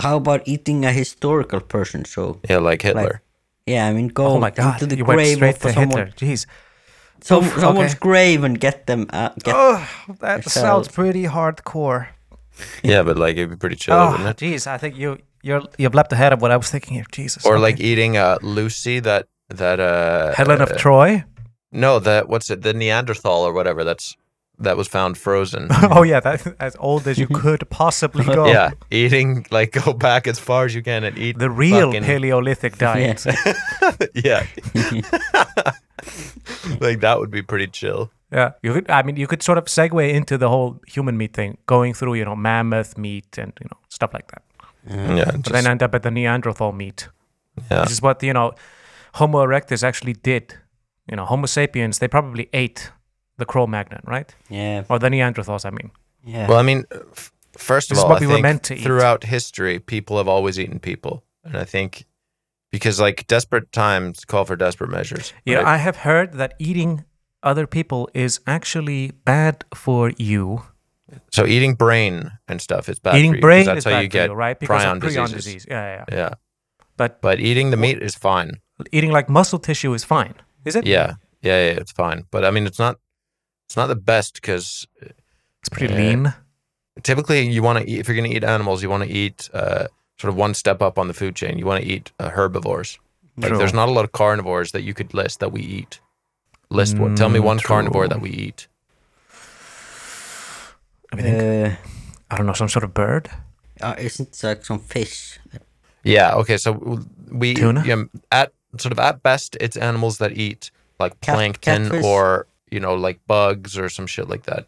[SPEAKER 1] How about eating a historical person? So
[SPEAKER 3] Yeah, like Hitler.
[SPEAKER 1] like, yeah, I mean, go
[SPEAKER 4] Oh my God!
[SPEAKER 1] into the
[SPEAKER 4] you went
[SPEAKER 1] grave
[SPEAKER 4] straight
[SPEAKER 1] of
[SPEAKER 4] to
[SPEAKER 1] someone,
[SPEAKER 4] Hitler. Jeez.
[SPEAKER 1] some,
[SPEAKER 4] Oof,
[SPEAKER 1] someone's
[SPEAKER 4] okay.
[SPEAKER 1] grave and get them. Uh, get,
[SPEAKER 4] Oh, that
[SPEAKER 1] So-
[SPEAKER 4] sounds pretty hardcore.
[SPEAKER 3] Yeah, but like it'd be pretty chill,
[SPEAKER 4] Oh,
[SPEAKER 3] wouldn't it?
[SPEAKER 4] jeez, I think you you're you've leapt ahead of what I was thinking here. Jesus.
[SPEAKER 3] Or
[SPEAKER 4] okay.
[SPEAKER 3] like eating uh, Lucy, that that uh,
[SPEAKER 4] Helen of Troy.
[SPEAKER 3] no, that what's it, the Neanderthal or whatever. That's that was found frozen.
[SPEAKER 4] oh yeah, that's as old as you could possibly go.
[SPEAKER 3] Yeah, eating like go back as far as you can and eat
[SPEAKER 4] Oh. The real
[SPEAKER 3] fucking-
[SPEAKER 4] Paleolithic diet. Yeah.
[SPEAKER 3] Yeah, like that would be pretty chill.
[SPEAKER 4] you could. I mean, you could sort of segue into the whole human meat thing, going through you know mammoth meat and you know stuff like that,
[SPEAKER 3] yeah,
[SPEAKER 4] but
[SPEAKER 3] just-
[SPEAKER 4] then end up at the Neanderthal meat,
[SPEAKER 3] Yeah.
[SPEAKER 4] which is what you know Homo erectus actually did. You know, Homo sapiens they probably ate the Cro-Magnon, right?
[SPEAKER 1] yeah,
[SPEAKER 4] Or the Neanderthals, I mean.
[SPEAKER 1] yeah.
[SPEAKER 3] Well, I mean, uh, f- first of
[SPEAKER 4] This is
[SPEAKER 3] all,
[SPEAKER 4] what
[SPEAKER 3] I
[SPEAKER 4] we were
[SPEAKER 3] think
[SPEAKER 4] meant to eat.
[SPEAKER 3] throughout history, people have always eaten people, and I think because like desperate times call for desperate measures.
[SPEAKER 4] Yeah,
[SPEAKER 3] right?
[SPEAKER 4] I have heard that eating other people is actually bad for you.
[SPEAKER 3] so eating brain and stuff is bad.
[SPEAKER 4] eating
[SPEAKER 3] for you, 'cause
[SPEAKER 4] brain
[SPEAKER 3] that's
[SPEAKER 4] is
[SPEAKER 3] how
[SPEAKER 4] bad
[SPEAKER 3] you
[SPEAKER 4] for
[SPEAKER 3] get
[SPEAKER 4] you, right? Because
[SPEAKER 3] prion
[SPEAKER 4] of prion
[SPEAKER 3] diseases.
[SPEAKER 4] disease. Yeah, yeah, yeah.
[SPEAKER 3] Yeah,
[SPEAKER 4] But
[SPEAKER 3] but eating the meat is fine.
[SPEAKER 4] eating like muscle tissue is fine, is it?
[SPEAKER 3] Yeah, yeah, yeah, it's fine. But I mean, it's not. It's not the best because
[SPEAKER 4] it's pretty
[SPEAKER 3] uh,
[SPEAKER 4] lean.
[SPEAKER 3] typically you want to eat if you're going to eat animals you want to eat uh, sort of one step up on the food chain you want to eat uh, herbivores like
[SPEAKER 4] True.
[SPEAKER 3] there's not a lot of carnivores that you could list that we eat list one tell me
[SPEAKER 4] Mm,
[SPEAKER 3] one carnivore
[SPEAKER 4] true.
[SPEAKER 3] that we eat
[SPEAKER 4] I, mean,
[SPEAKER 1] uh,
[SPEAKER 4] I don't know, some sort of bird.
[SPEAKER 1] uh, isn't it like some fish?
[SPEAKER 3] yeah okay so w- we
[SPEAKER 4] Tuna?
[SPEAKER 3] yeah, at sort of at best it's animals that eat like
[SPEAKER 1] Cat-
[SPEAKER 3] plankton
[SPEAKER 1] catfish?
[SPEAKER 3] or you know like bugs or some shit like that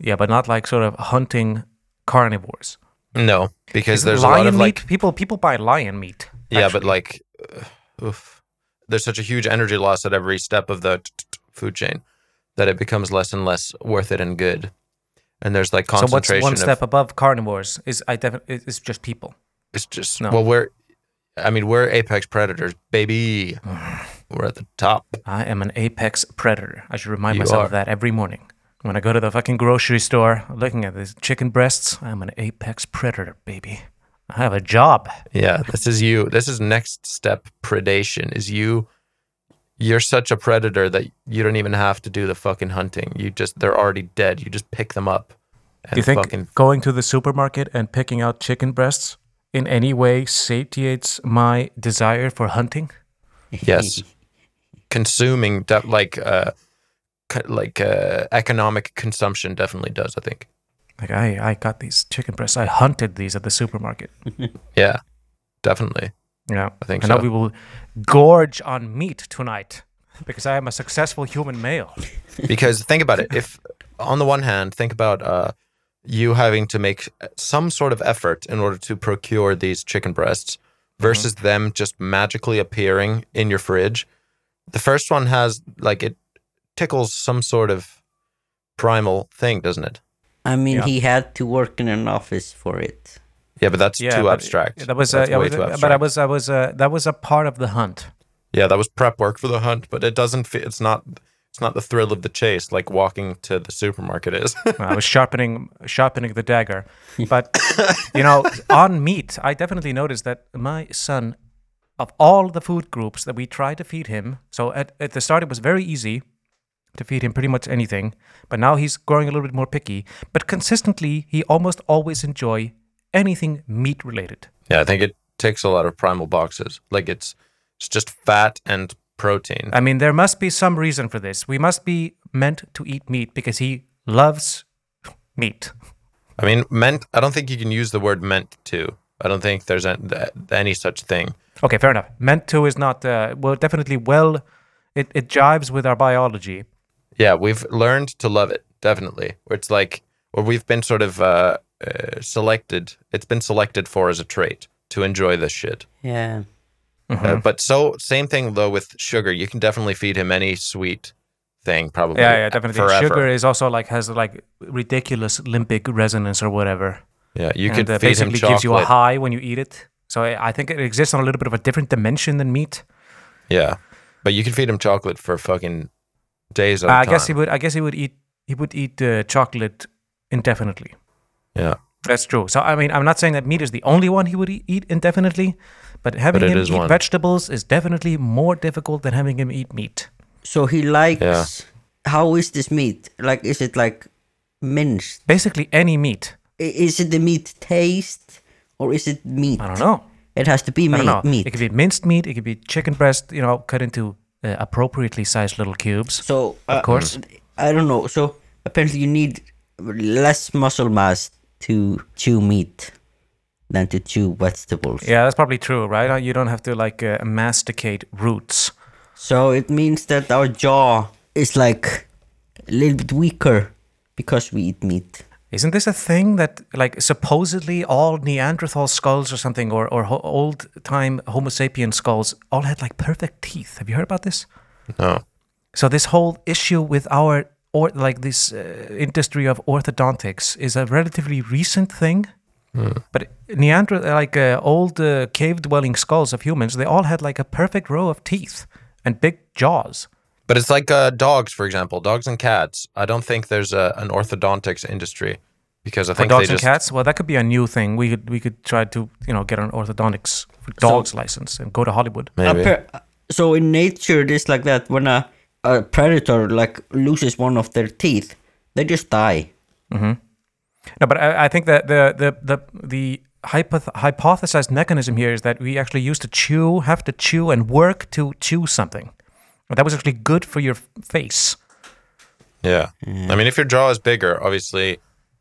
[SPEAKER 4] Yeah, but not like sort of hunting carnivores.
[SPEAKER 3] no because
[SPEAKER 4] Is
[SPEAKER 3] there's a
[SPEAKER 4] lion
[SPEAKER 3] lot of
[SPEAKER 4] meat?
[SPEAKER 3] like
[SPEAKER 4] people people buy lion meat.
[SPEAKER 3] yeah but
[SPEAKER 4] actually.
[SPEAKER 3] like uh, oof. there's such a huge energy loss at every step of the t- t- food chain that it becomes less and less worth it and good and there's like
[SPEAKER 4] so what's
[SPEAKER 3] concentration
[SPEAKER 4] one
[SPEAKER 3] of,
[SPEAKER 4] step above carnivores is I defi- it- it's just people.
[SPEAKER 3] it's just
[SPEAKER 4] No.
[SPEAKER 3] well we're i mean we're apex predators baby we're at the top
[SPEAKER 4] I am an apex predator. I should remind
[SPEAKER 3] You
[SPEAKER 4] myself
[SPEAKER 3] are.
[SPEAKER 4] of that every morning. When I go to the fucking grocery store, looking at these chicken breasts, I'm an apex predator, baby. I have a job.
[SPEAKER 3] yeah this is you this is next step predation is you you're such a predator that you don't even have to do the fucking hunting you just they're already dead you just pick them up and
[SPEAKER 4] Do you think
[SPEAKER 3] fucking
[SPEAKER 4] going to the supermarket and picking out chicken breasts in any way satiates my desire for hunting?
[SPEAKER 3] Yes. consuming de- like uh co- like uh economic consumption definitely does i think
[SPEAKER 4] Like I, I got these chicken breasts. I hunted these at the supermarket.
[SPEAKER 3] yeah definitely
[SPEAKER 4] Yeah,
[SPEAKER 3] I think
[SPEAKER 4] and
[SPEAKER 3] so.
[SPEAKER 4] now we will gorge on meat tonight because I am a successful human male.
[SPEAKER 3] because think about it if on the one hand think about uh you having to make uh, some sort of effort in order to procure these chicken breasts
[SPEAKER 4] Mm-hmm.
[SPEAKER 3] versus them just magically appearing in your fridge the first one has like it tickles some sort of primal thing doesn't it
[SPEAKER 1] I mean,
[SPEAKER 4] Yeah.
[SPEAKER 1] he had to work in an office for it.
[SPEAKER 3] yeah but that's too
[SPEAKER 4] but
[SPEAKER 3] abstract
[SPEAKER 4] That was, uh,
[SPEAKER 3] That's
[SPEAKER 4] yeah,
[SPEAKER 3] way
[SPEAKER 4] was-
[SPEAKER 3] too
[SPEAKER 4] but I
[SPEAKER 3] abstract.
[SPEAKER 4] was, I was, uh, that was a part of the hunt.
[SPEAKER 3] Yeah, that was prep work for the hunt, but it doesn't fit. It's not. It's not the thrill of the chase like walking to the supermarket is.
[SPEAKER 4] I was sharpening, sharpening the dagger. But you know, on meat, I definitely noticed that my son, of all the food groups that we tried to feed him, so at, at the start it was very easy to feed him pretty much anything, but now he's growing a little bit more picky. But consistently, he almost always enjoy anything meat related.
[SPEAKER 3] yeah, I think it takes a lot of primal boxes. Like it's it's just fat and protein.
[SPEAKER 4] I mean, there must be some reason for this. We must be meant to eat meat because he loves meat.
[SPEAKER 3] I mean, meant. I don't think you can use the word meant to. I don't think there's an, th- any such thing.
[SPEAKER 4] Okay, fair enough. Meant to is not uh, well, definitely well. It it jives with our biology.
[SPEAKER 3] Yeah, we've learned to love it definitely. Where it's like where we've been sort of uh, uh, selected. It's been selected for as a trait to enjoy this shit.
[SPEAKER 1] Yeah.
[SPEAKER 4] Mm-hmm.
[SPEAKER 3] Uh, but so same thing though with sugar. You can definitely feed him any sweet thing probably.
[SPEAKER 4] Yeah, yeah, definitely.
[SPEAKER 3] Forever.
[SPEAKER 4] Sugar is also like has like ridiculous limbic resonance or whatever.
[SPEAKER 3] yeah, you
[SPEAKER 4] and
[SPEAKER 3] could
[SPEAKER 4] uh,
[SPEAKER 3] feed him
[SPEAKER 4] basically gives you a
[SPEAKER 3] chocolate.
[SPEAKER 4] high when you eat it. So I, I think it exists on a little bit of a different dimension than meat.
[SPEAKER 3] Yeah, but you can feed him chocolate for fucking days at
[SPEAKER 4] Uh,
[SPEAKER 3] a
[SPEAKER 4] I
[SPEAKER 3] time.
[SPEAKER 4] guess he would. I guess he would eat. He would eat uh, chocolate indefinitely.
[SPEAKER 3] yeah,
[SPEAKER 4] That's true. So I mean, I'm not saying that meat is the only one he would e- eat indefinitely, but having
[SPEAKER 3] But it
[SPEAKER 4] him
[SPEAKER 3] is
[SPEAKER 4] eat
[SPEAKER 3] one.
[SPEAKER 4] vegetables is definitely more difficult than having him eat meat.
[SPEAKER 1] So he likes.
[SPEAKER 3] Yeah.
[SPEAKER 1] How is this meat? Like, is it like minced?
[SPEAKER 4] Basically, any meat.
[SPEAKER 1] I- Is it the meat taste or is it meat?
[SPEAKER 4] I don't know.
[SPEAKER 1] It has to be
[SPEAKER 4] I don't know.
[SPEAKER 1] ma- meat.
[SPEAKER 4] It could be minced meat. It could be chicken breast. You know, cut into uh, appropriately sized little cubes.
[SPEAKER 1] so, uh,
[SPEAKER 4] of course.
[SPEAKER 1] I don't know. So, apparently, you need less muscle mass to chew meat than to chew vegetables.
[SPEAKER 4] Yeah, that's probably true, right? Uh, You don't have to like uh, masticate roots.
[SPEAKER 1] So, it means that our jaw is like a little bit weaker because we eat meat.
[SPEAKER 4] Isn't this a thing that, like, supposedly all Neanderthal skulls or something, or, or ho- old time Homo sapien skulls, all had like perfect teeth? Have you heard about this?
[SPEAKER 3] no,
[SPEAKER 4] So, this whole issue with our, or like, this uh, industry of orthodontics is a relatively recent thing.
[SPEAKER 3] Hmm.
[SPEAKER 4] But Neander, like, uh, old uh, cave dwelling skulls of humans, they all had like a perfect row of teeth and big jaws.
[SPEAKER 3] but it's like uh, dogs, for example, dogs and cats. I don't think there's a, an orthodontics industry because I
[SPEAKER 4] For
[SPEAKER 3] think
[SPEAKER 4] dogs
[SPEAKER 3] they
[SPEAKER 4] and
[SPEAKER 3] just
[SPEAKER 4] cats, well, that could be a new thing. We could we could try to you know get an orthodontics for dogs license and go to Hollywood.
[SPEAKER 3] maybe.
[SPEAKER 1] Appa- so in nature, it is like that. When a, a predator like loses one of their teeth, they just die.
[SPEAKER 4] No, but I, I think that the the the the hypoth- hypothesized mechanism here is that we actually used to chew, have to chew, and work to chew something. But That was actually good for your face.
[SPEAKER 3] Yeah. I mean, if your jaw is bigger, obviously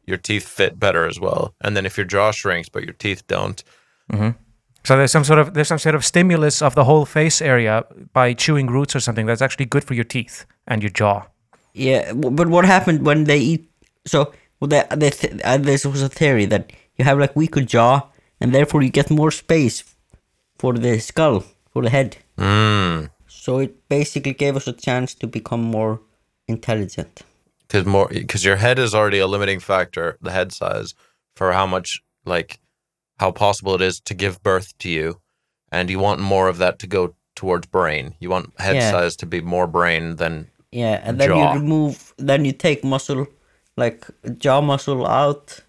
[SPEAKER 3] your teeth fit better as well. And then if your jaw shrinks but your teeth don't,
[SPEAKER 4] So there's some sort of there's some sort of stimulus of the whole face area by chewing roots or something that's actually good for your teeth and your jaw.
[SPEAKER 1] Yeah, w- but what happened when they eat? So well, they, they th- uh, this was a theory that you have like weaker jaw, and therefore you get more space for the skull, for the head.
[SPEAKER 3] Mm.
[SPEAKER 1] So it basically gave us a chance to become more intelligent.
[SPEAKER 3] because more because your head is already a limiting factor, the head size for how much like how possible it is to give birth to you, and you want more of that to go towards brain. You want head
[SPEAKER 1] Yeah.
[SPEAKER 3] size to be more brain than
[SPEAKER 1] Yeah, and then
[SPEAKER 3] Jaw.
[SPEAKER 1] you remove, then you take muscle, like jaw muscle out,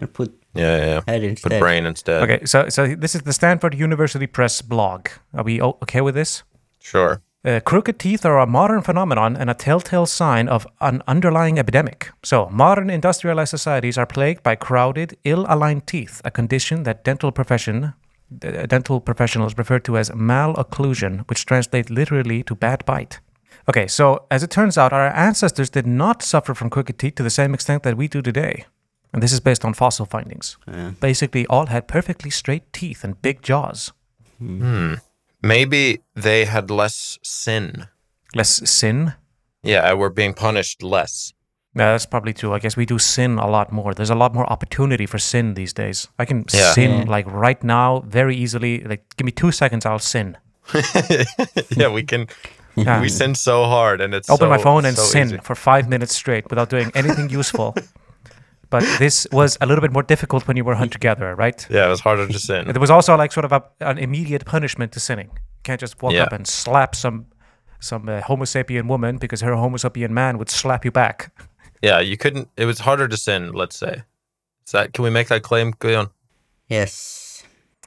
[SPEAKER 1] and put
[SPEAKER 3] yeah yeah. yeah.
[SPEAKER 1] head
[SPEAKER 3] Put
[SPEAKER 1] instead.
[SPEAKER 3] brain instead.
[SPEAKER 4] Okay, so so this is the Stanford University Press blog. Are we o- okay with this?
[SPEAKER 3] Sure.
[SPEAKER 4] Uh, crooked teeth are a modern phenomenon and a telltale sign of an underlying epidemic. So, modern industrialized societies are plagued by crowded, ill-aligned teeth, a condition that dental profession uh, dental professionals refer to as malocclusion, which translates literally to bad bite. Okay, so as it turns out, our ancestors did not suffer from crooked teeth to the same extent that we do today. And this is based on fossil findings. Basically, all had perfectly straight teeth and big jaws.
[SPEAKER 3] Maybe they had less sin.
[SPEAKER 4] Less sin,
[SPEAKER 3] Yeah, we're being punished less.
[SPEAKER 4] Yeah, that's probably true. I guess we do sin a lot more. There's a lot more opportunity for sin these days. I can
[SPEAKER 3] Yeah.
[SPEAKER 4] sin like right now very easily. Like, give me two seconds, I'll sin.
[SPEAKER 3] yeah, we can.
[SPEAKER 4] Yeah.
[SPEAKER 3] We sin so hard, and it's
[SPEAKER 4] Open my
[SPEAKER 3] so-
[SPEAKER 4] phone and
[SPEAKER 3] so
[SPEAKER 4] sin
[SPEAKER 3] easy.
[SPEAKER 4] for five minutes straight without doing anything useful. But this was a little bit more difficult when you were hunter gatherer, right?
[SPEAKER 3] Yeah, it was harder to sin.
[SPEAKER 4] There was also like sort of a, an immediate punishment to sinning. You can't just walk
[SPEAKER 3] Yeah.
[SPEAKER 4] up and slap some some uh, Homo sapien woman because her Homo sapien man would slap you back.
[SPEAKER 3] Yeah, you couldn't. It was harder to sin. Let's say. Is that can we make that claim, Guyon?
[SPEAKER 1] Yes.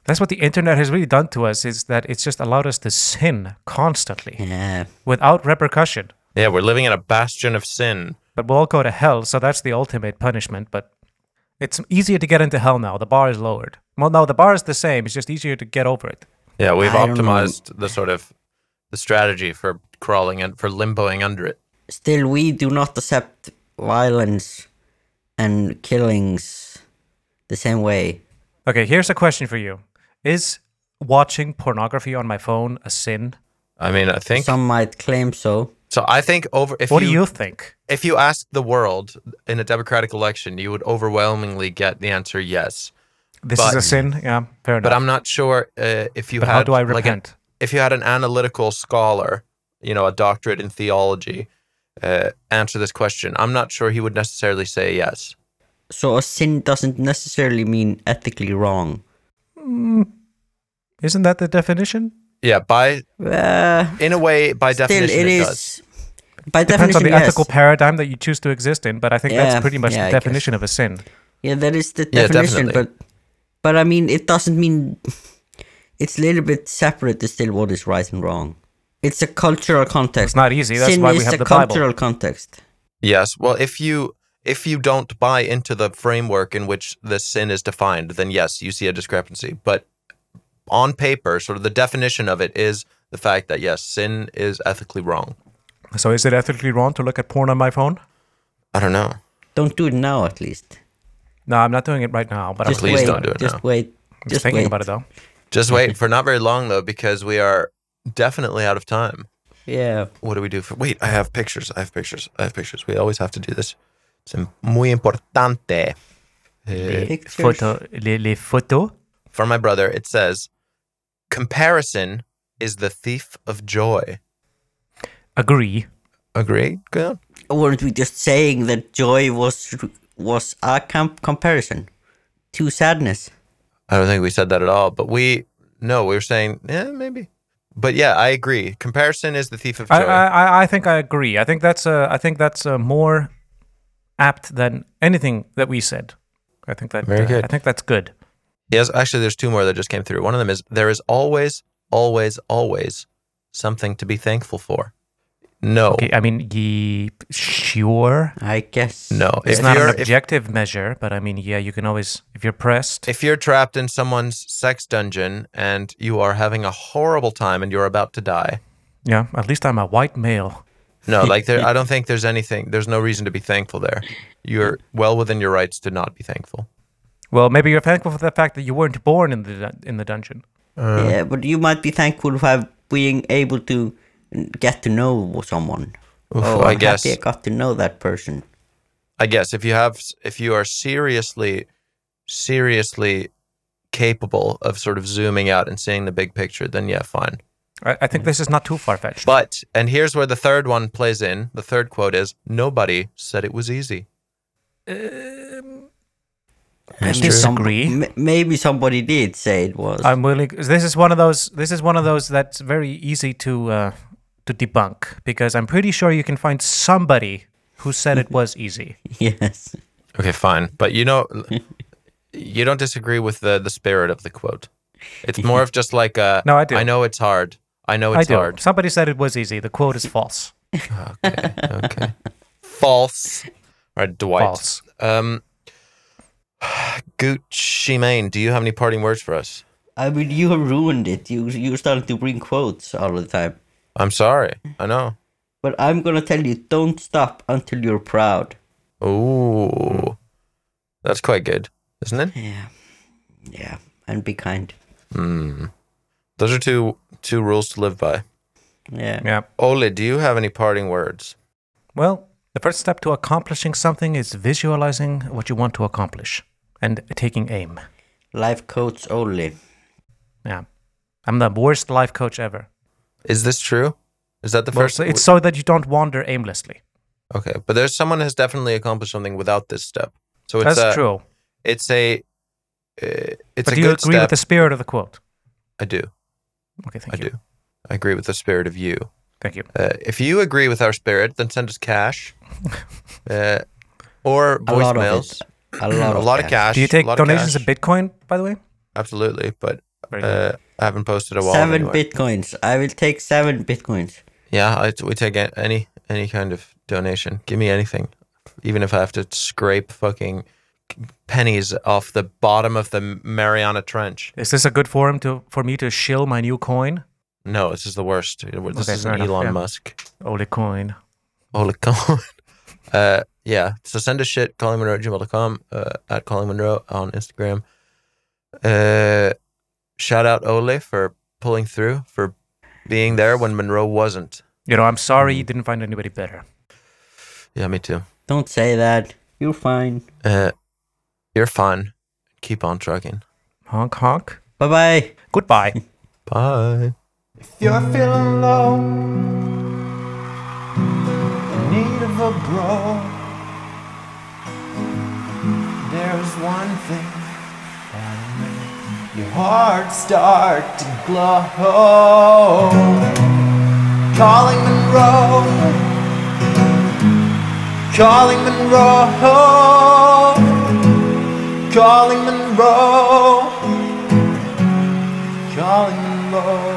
[SPEAKER 4] That's what the internet has really done to us. Is that it's just allowed us to sin constantly.
[SPEAKER 1] Yeah.
[SPEAKER 4] without repercussion.
[SPEAKER 3] Yeah, we're living in a bastion of sin.
[SPEAKER 4] But we'll all go to hell, so that's the ultimate punishment. But it's easier to get into hell now. The bar is lowered. Well, no, the bar is the same. It's just easier to get over it.
[SPEAKER 3] Yeah, we've
[SPEAKER 1] I don't know.
[SPEAKER 3] optimized the sort of the strategy for crawling and for limboing under it.
[SPEAKER 1] still we do not accept violence and killings the same way.
[SPEAKER 4] Okay, here's a question for you Is watching pornography on my phone a sin?
[SPEAKER 3] I mean, I think
[SPEAKER 1] Some might claim so.
[SPEAKER 3] so. I think over if
[SPEAKER 4] What
[SPEAKER 3] you,
[SPEAKER 4] do you think?
[SPEAKER 3] if you asked the world in a democratic election, you would overwhelmingly get the answer yes.
[SPEAKER 4] This is
[SPEAKER 3] But-
[SPEAKER 4] a sin? Yeah, fair enough.
[SPEAKER 3] But I'm not sure uh, if you
[SPEAKER 4] But
[SPEAKER 3] had
[SPEAKER 4] how do I
[SPEAKER 3] like an
[SPEAKER 4] repent?
[SPEAKER 3] if you had an analytical scholar, you know, a doctorate in theology, uh, answer this question. I'm not sure he would necessarily say yes.
[SPEAKER 1] So a sin doesn't necessarily mean ethically wrong.
[SPEAKER 4] Isn't that the definition?
[SPEAKER 3] Yeah, by
[SPEAKER 1] Uh,
[SPEAKER 3] in a way, by
[SPEAKER 1] still,
[SPEAKER 3] definition,
[SPEAKER 1] it is.
[SPEAKER 3] does.
[SPEAKER 1] By
[SPEAKER 4] Depends on
[SPEAKER 1] definition,
[SPEAKER 4] the
[SPEAKER 1] yes.
[SPEAKER 4] ethical paradigm that you choose to exist in, but I think
[SPEAKER 1] Yeah,
[SPEAKER 4] that's pretty much
[SPEAKER 1] yeah, I
[SPEAKER 4] the
[SPEAKER 1] guess.
[SPEAKER 4] definition of a sin.
[SPEAKER 1] Yeah, that is the
[SPEAKER 3] Yeah,
[SPEAKER 1] definition,
[SPEAKER 3] definitely.
[SPEAKER 1] but but I mean, it doesn't mean it's a little bit separate to still what is right and wrong. It's a cultural context.
[SPEAKER 4] It's not easy. That's
[SPEAKER 1] Sin
[SPEAKER 4] why we
[SPEAKER 1] is
[SPEAKER 4] have
[SPEAKER 1] a
[SPEAKER 4] the Bible.
[SPEAKER 1] cultural context.
[SPEAKER 3] Yes. Well, if you if you don't buy into the framework in which this sin is defined, then yes, you see a discrepancy. But on paper, sort of the definition of it is the fact that yes, sin is ethically wrong.
[SPEAKER 4] So is it ethically wrong to look at porn on my phone?
[SPEAKER 3] I don't know.
[SPEAKER 1] Don't do it now, at least.
[SPEAKER 4] No, I'm not doing it right now, but I'm
[SPEAKER 1] Just
[SPEAKER 3] Please
[SPEAKER 1] wait,
[SPEAKER 3] don't do it
[SPEAKER 1] Just
[SPEAKER 3] now.
[SPEAKER 1] wait.
[SPEAKER 4] I'm
[SPEAKER 1] Just
[SPEAKER 4] thinking
[SPEAKER 1] wait.
[SPEAKER 4] about it though.
[SPEAKER 3] Just wait for not very long though, because we are definitely out of time.
[SPEAKER 1] Yeah.
[SPEAKER 3] What do we do for? Wait, I have pictures. I have pictures. I have pictures. We always have to do this. It's im- muy importante. Eh,
[SPEAKER 1] Pictures.
[SPEAKER 4] Photo, les, les photos.
[SPEAKER 3] for my brother, it says, "Comparison is the thief of joy."
[SPEAKER 4] Agree.
[SPEAKER 3] Agree. Good.
[SPEAKER 1] Weren't we just saying that joy was was a comp- comparison to sadness?
[SPEAKER 3] I don't think we said that at all, but we no, we were saying yeah, maybe. But yeah, I agree. Comparison is the thief of joy.
[SPEAKER 4] I, I, I- I think I agree. I think that's uh, I think that's uh, more apt than anything that we said. I think that
[SPEAKER 3] Very
[SPEAKER 4] uh,
[SPEAKER 3] good.
[SPEAKER 4] I think that's good.
[SPEAKER 3] yes, actually, there's two more that just came through. One of them is there is always, always, always something to be thankful for. No,
[SPEAKER 4] Okay, I mean, ye, sure.
[SPEAKER 1] I guess.
[SPEAKER 3] no.
[SPEAKER 4] It's
[SPEAKER 3] if
[SPEAKER 4] not
[SPEAKER 3] you're
[SPEAKER 4] an
[SPEAKER 3] if,
[SPEAKER 4] objective measure, but I mean, yeah, you can always if you're pressed.
[SPEAKER 3] if you're trapped in someone's sex dungeon and you are having a horrible time and you're about to die.
[SPEAKER 4] yeah, at least I'm a white male.
[SPEAKER 3] No, like there, I don't think there's anything. There's no reason to be thankful there. You're well within your rights to not be thankful.
[SPEAKER 4] Well, maybe you're thankful for the fact that you weren't born in the dun- in the dungeon. uh,
[SPEAKER 1] Yeah, but you might be thankful for being able to get to know someone.
[SPEAKER 3] Oof,
[SPEAKER 1] oh,
[SPEAKER 3] I
[SPEAKER 1] I'm
[SPEAKER 3] guess.
[SPEAKER 1] happy I got to know that person.
[SPEAKER 3] I guess if you have if you are seriously seriously capable of sort of zooming out and seeing the big picture, then yeah, fine.
[SPEAKER 4] I, I think this is not too far fetched.
[SPEAKER 3] But and here's where the third one plays in. The third quote is nobody said it was easy.
[SPEAKER 4] I
[SPEAKER 1] Maybe
[SPEAKER 4] disagree.
[SPEAKER 1] some- m- maybe somebody did say it was.
[SPEAKER 4] I'm willing. This is one of those. This is one of those that's very easy to uh, to debunk because I'm pretty sure you can find somebody who said it was easy.
[SPEAKER 1] yes.
[SPEAKER 3] Okay, fine. But you know you don't disagree with the the spirit of the quote. It's more of just like a
[SPEAKER 4] No, I do.
[SPEAKER 3] I know it's hard. I know
[SPEAKER 4] I
[SPEAKER 3] Oh, it's
[SPEAKER 4] do.
[SPEAKER 3] hard.
[SPEAKER 4] Somebody said it was easy. The quote is false.
[SPEAKER 3] Okay. Okay. False. All right, Dwight.
[SPEAKER 4] False.
[SPEAKER 3] Um Gucci Mane, do you have any parting words for us?
[SPEAKER 1] I mean, you have ruined it. You you started to bring quotes all the time.
[SPEAKER 3] I'm sorry. I know.
[SPEAKER 1] But I'm gonna tell you, don't stop until you're proud.
[SPEAKER 3] Ooh. That's quite good, isn't it?
[SPEAKER 1] Yeah. Yeah. And be kind.
[SPEAKER 3] Those are two two rules to live by.
[SPEAKER 1] Yeah.
[SPEAKER 4] Yeah.
[SPEAKER 3] Ole, do you have any parting words?
[SPEAKER 4] Well, the first step to accomplishing something is visualizing what you want to accomplish and taking aim.
[SPEAKER 1] Life coach only.
[SPEAKER 4] Yeah. I'm the worst life coach ever.
[SPEAKER 3] Is this true? Is that the
[SPEAKER 4] Well,
[SPEAKER 3] first
[SPEAKER 4] so it's so that you don't wander aimlessly.
[SPEAKER 3] Okay, but there's someone has definitely accomplished something without this step. So it's
[SPEAKER 4] That's
[SPEAKER 3] a,
[SPEAKER 4] true.
[SPEAKER 3] It's a uh, it's
[SPEAKER 4] But
[SPEAKER 3] a
[SPEAKER 4] do you
[SPEAKER 3] good
[SPEAKER 4] agree
[SPEAKER 3] step.
[SPEAKER 4] with the spirit of the quote?
[SPEAKER 3] I do.
[SPEAKER 4] Okay, thank
[SPEAKER 3] I
[SPEAKER 4] you.
[SPEAKER 3] do. I agree with the spirit of you.
[SPEAKER 4] Thank you.
[SPEAKER 3] Uh, if you agree with our spirit, then send us cash uh, or
[SPEAKER 1] A lot of
[SPEAKER 3] voicemails.
[SPEAKER 1] it. A lot,
[SPEAKER 3] A lot of cash.
[SPEAKER 4] Do you take
[SPEAKER 3] a lot of
[SPEAKER 4] donations in
[SPEAKER 3] cash.
[SPEAKER 4] Bitcoin, by the way?
[SPEAKER 3] Absolutely, but
[SPEAKER 4] Very
[SPEAKER 3] uh,
[SPEAKER 4] good.
[SPEAKER 3] I haven't posted a wallet.
[SPEAKER 1] Seven
[SPEAKER 3] anywhere.
[SPEAKER 1] bitcoins. I will take seven bitcoins.
[SPEAKER 3] Yeah, I, we take a- any any kind of donation. Give me anything, even if I have to scrape fucking pennies off the bottom of the Mariana Trench.
[SPEAKER 4] Is this a good forum to for me to shill my new coin?
[SPEAKER 3] No, this is the worst. This
[SPEAKER 4] Okay,
[SPEAKER 3] is
[SPEAKER 4] fair
[SPEAKER 3] an
[SPEAKER 4] enough,
[SPEAKER 3] Elon
[SPEAKER 4] yeah.
[SPEAKER 3] Musk.
[SPEAKER 4] Holy coin.
[SPEAKER 3] Holy God. Uh, yeah. So send us shit. Colin Monroe at gmail.com, uh, at Colin Monroe on Instagram. Uh, shout out Ole for pulling through, for being there when Monroe wasn't.
[SPEAKER 4] You know, I'm sorry you didn't find anybody better.
[SPEAKER 3] Yeah, me too.
[SPEAKER 1] Don't say that. You're fine.
[SPEAKER 3] Uh, you're fun. Keep on trucking.
[SPEAKER 4] Honk honk.
[SPEAKER 1] Bye bye.
[SPEAKER 4] Goodbye.
[SPEAKER 3] Bye.
[SPEAKER 2] You're feeling low. Need abroad. There's one thing that'll make your heart start to glow. Calling Monroe. Calling Monroe. Calling Monroe. Calling Monroe.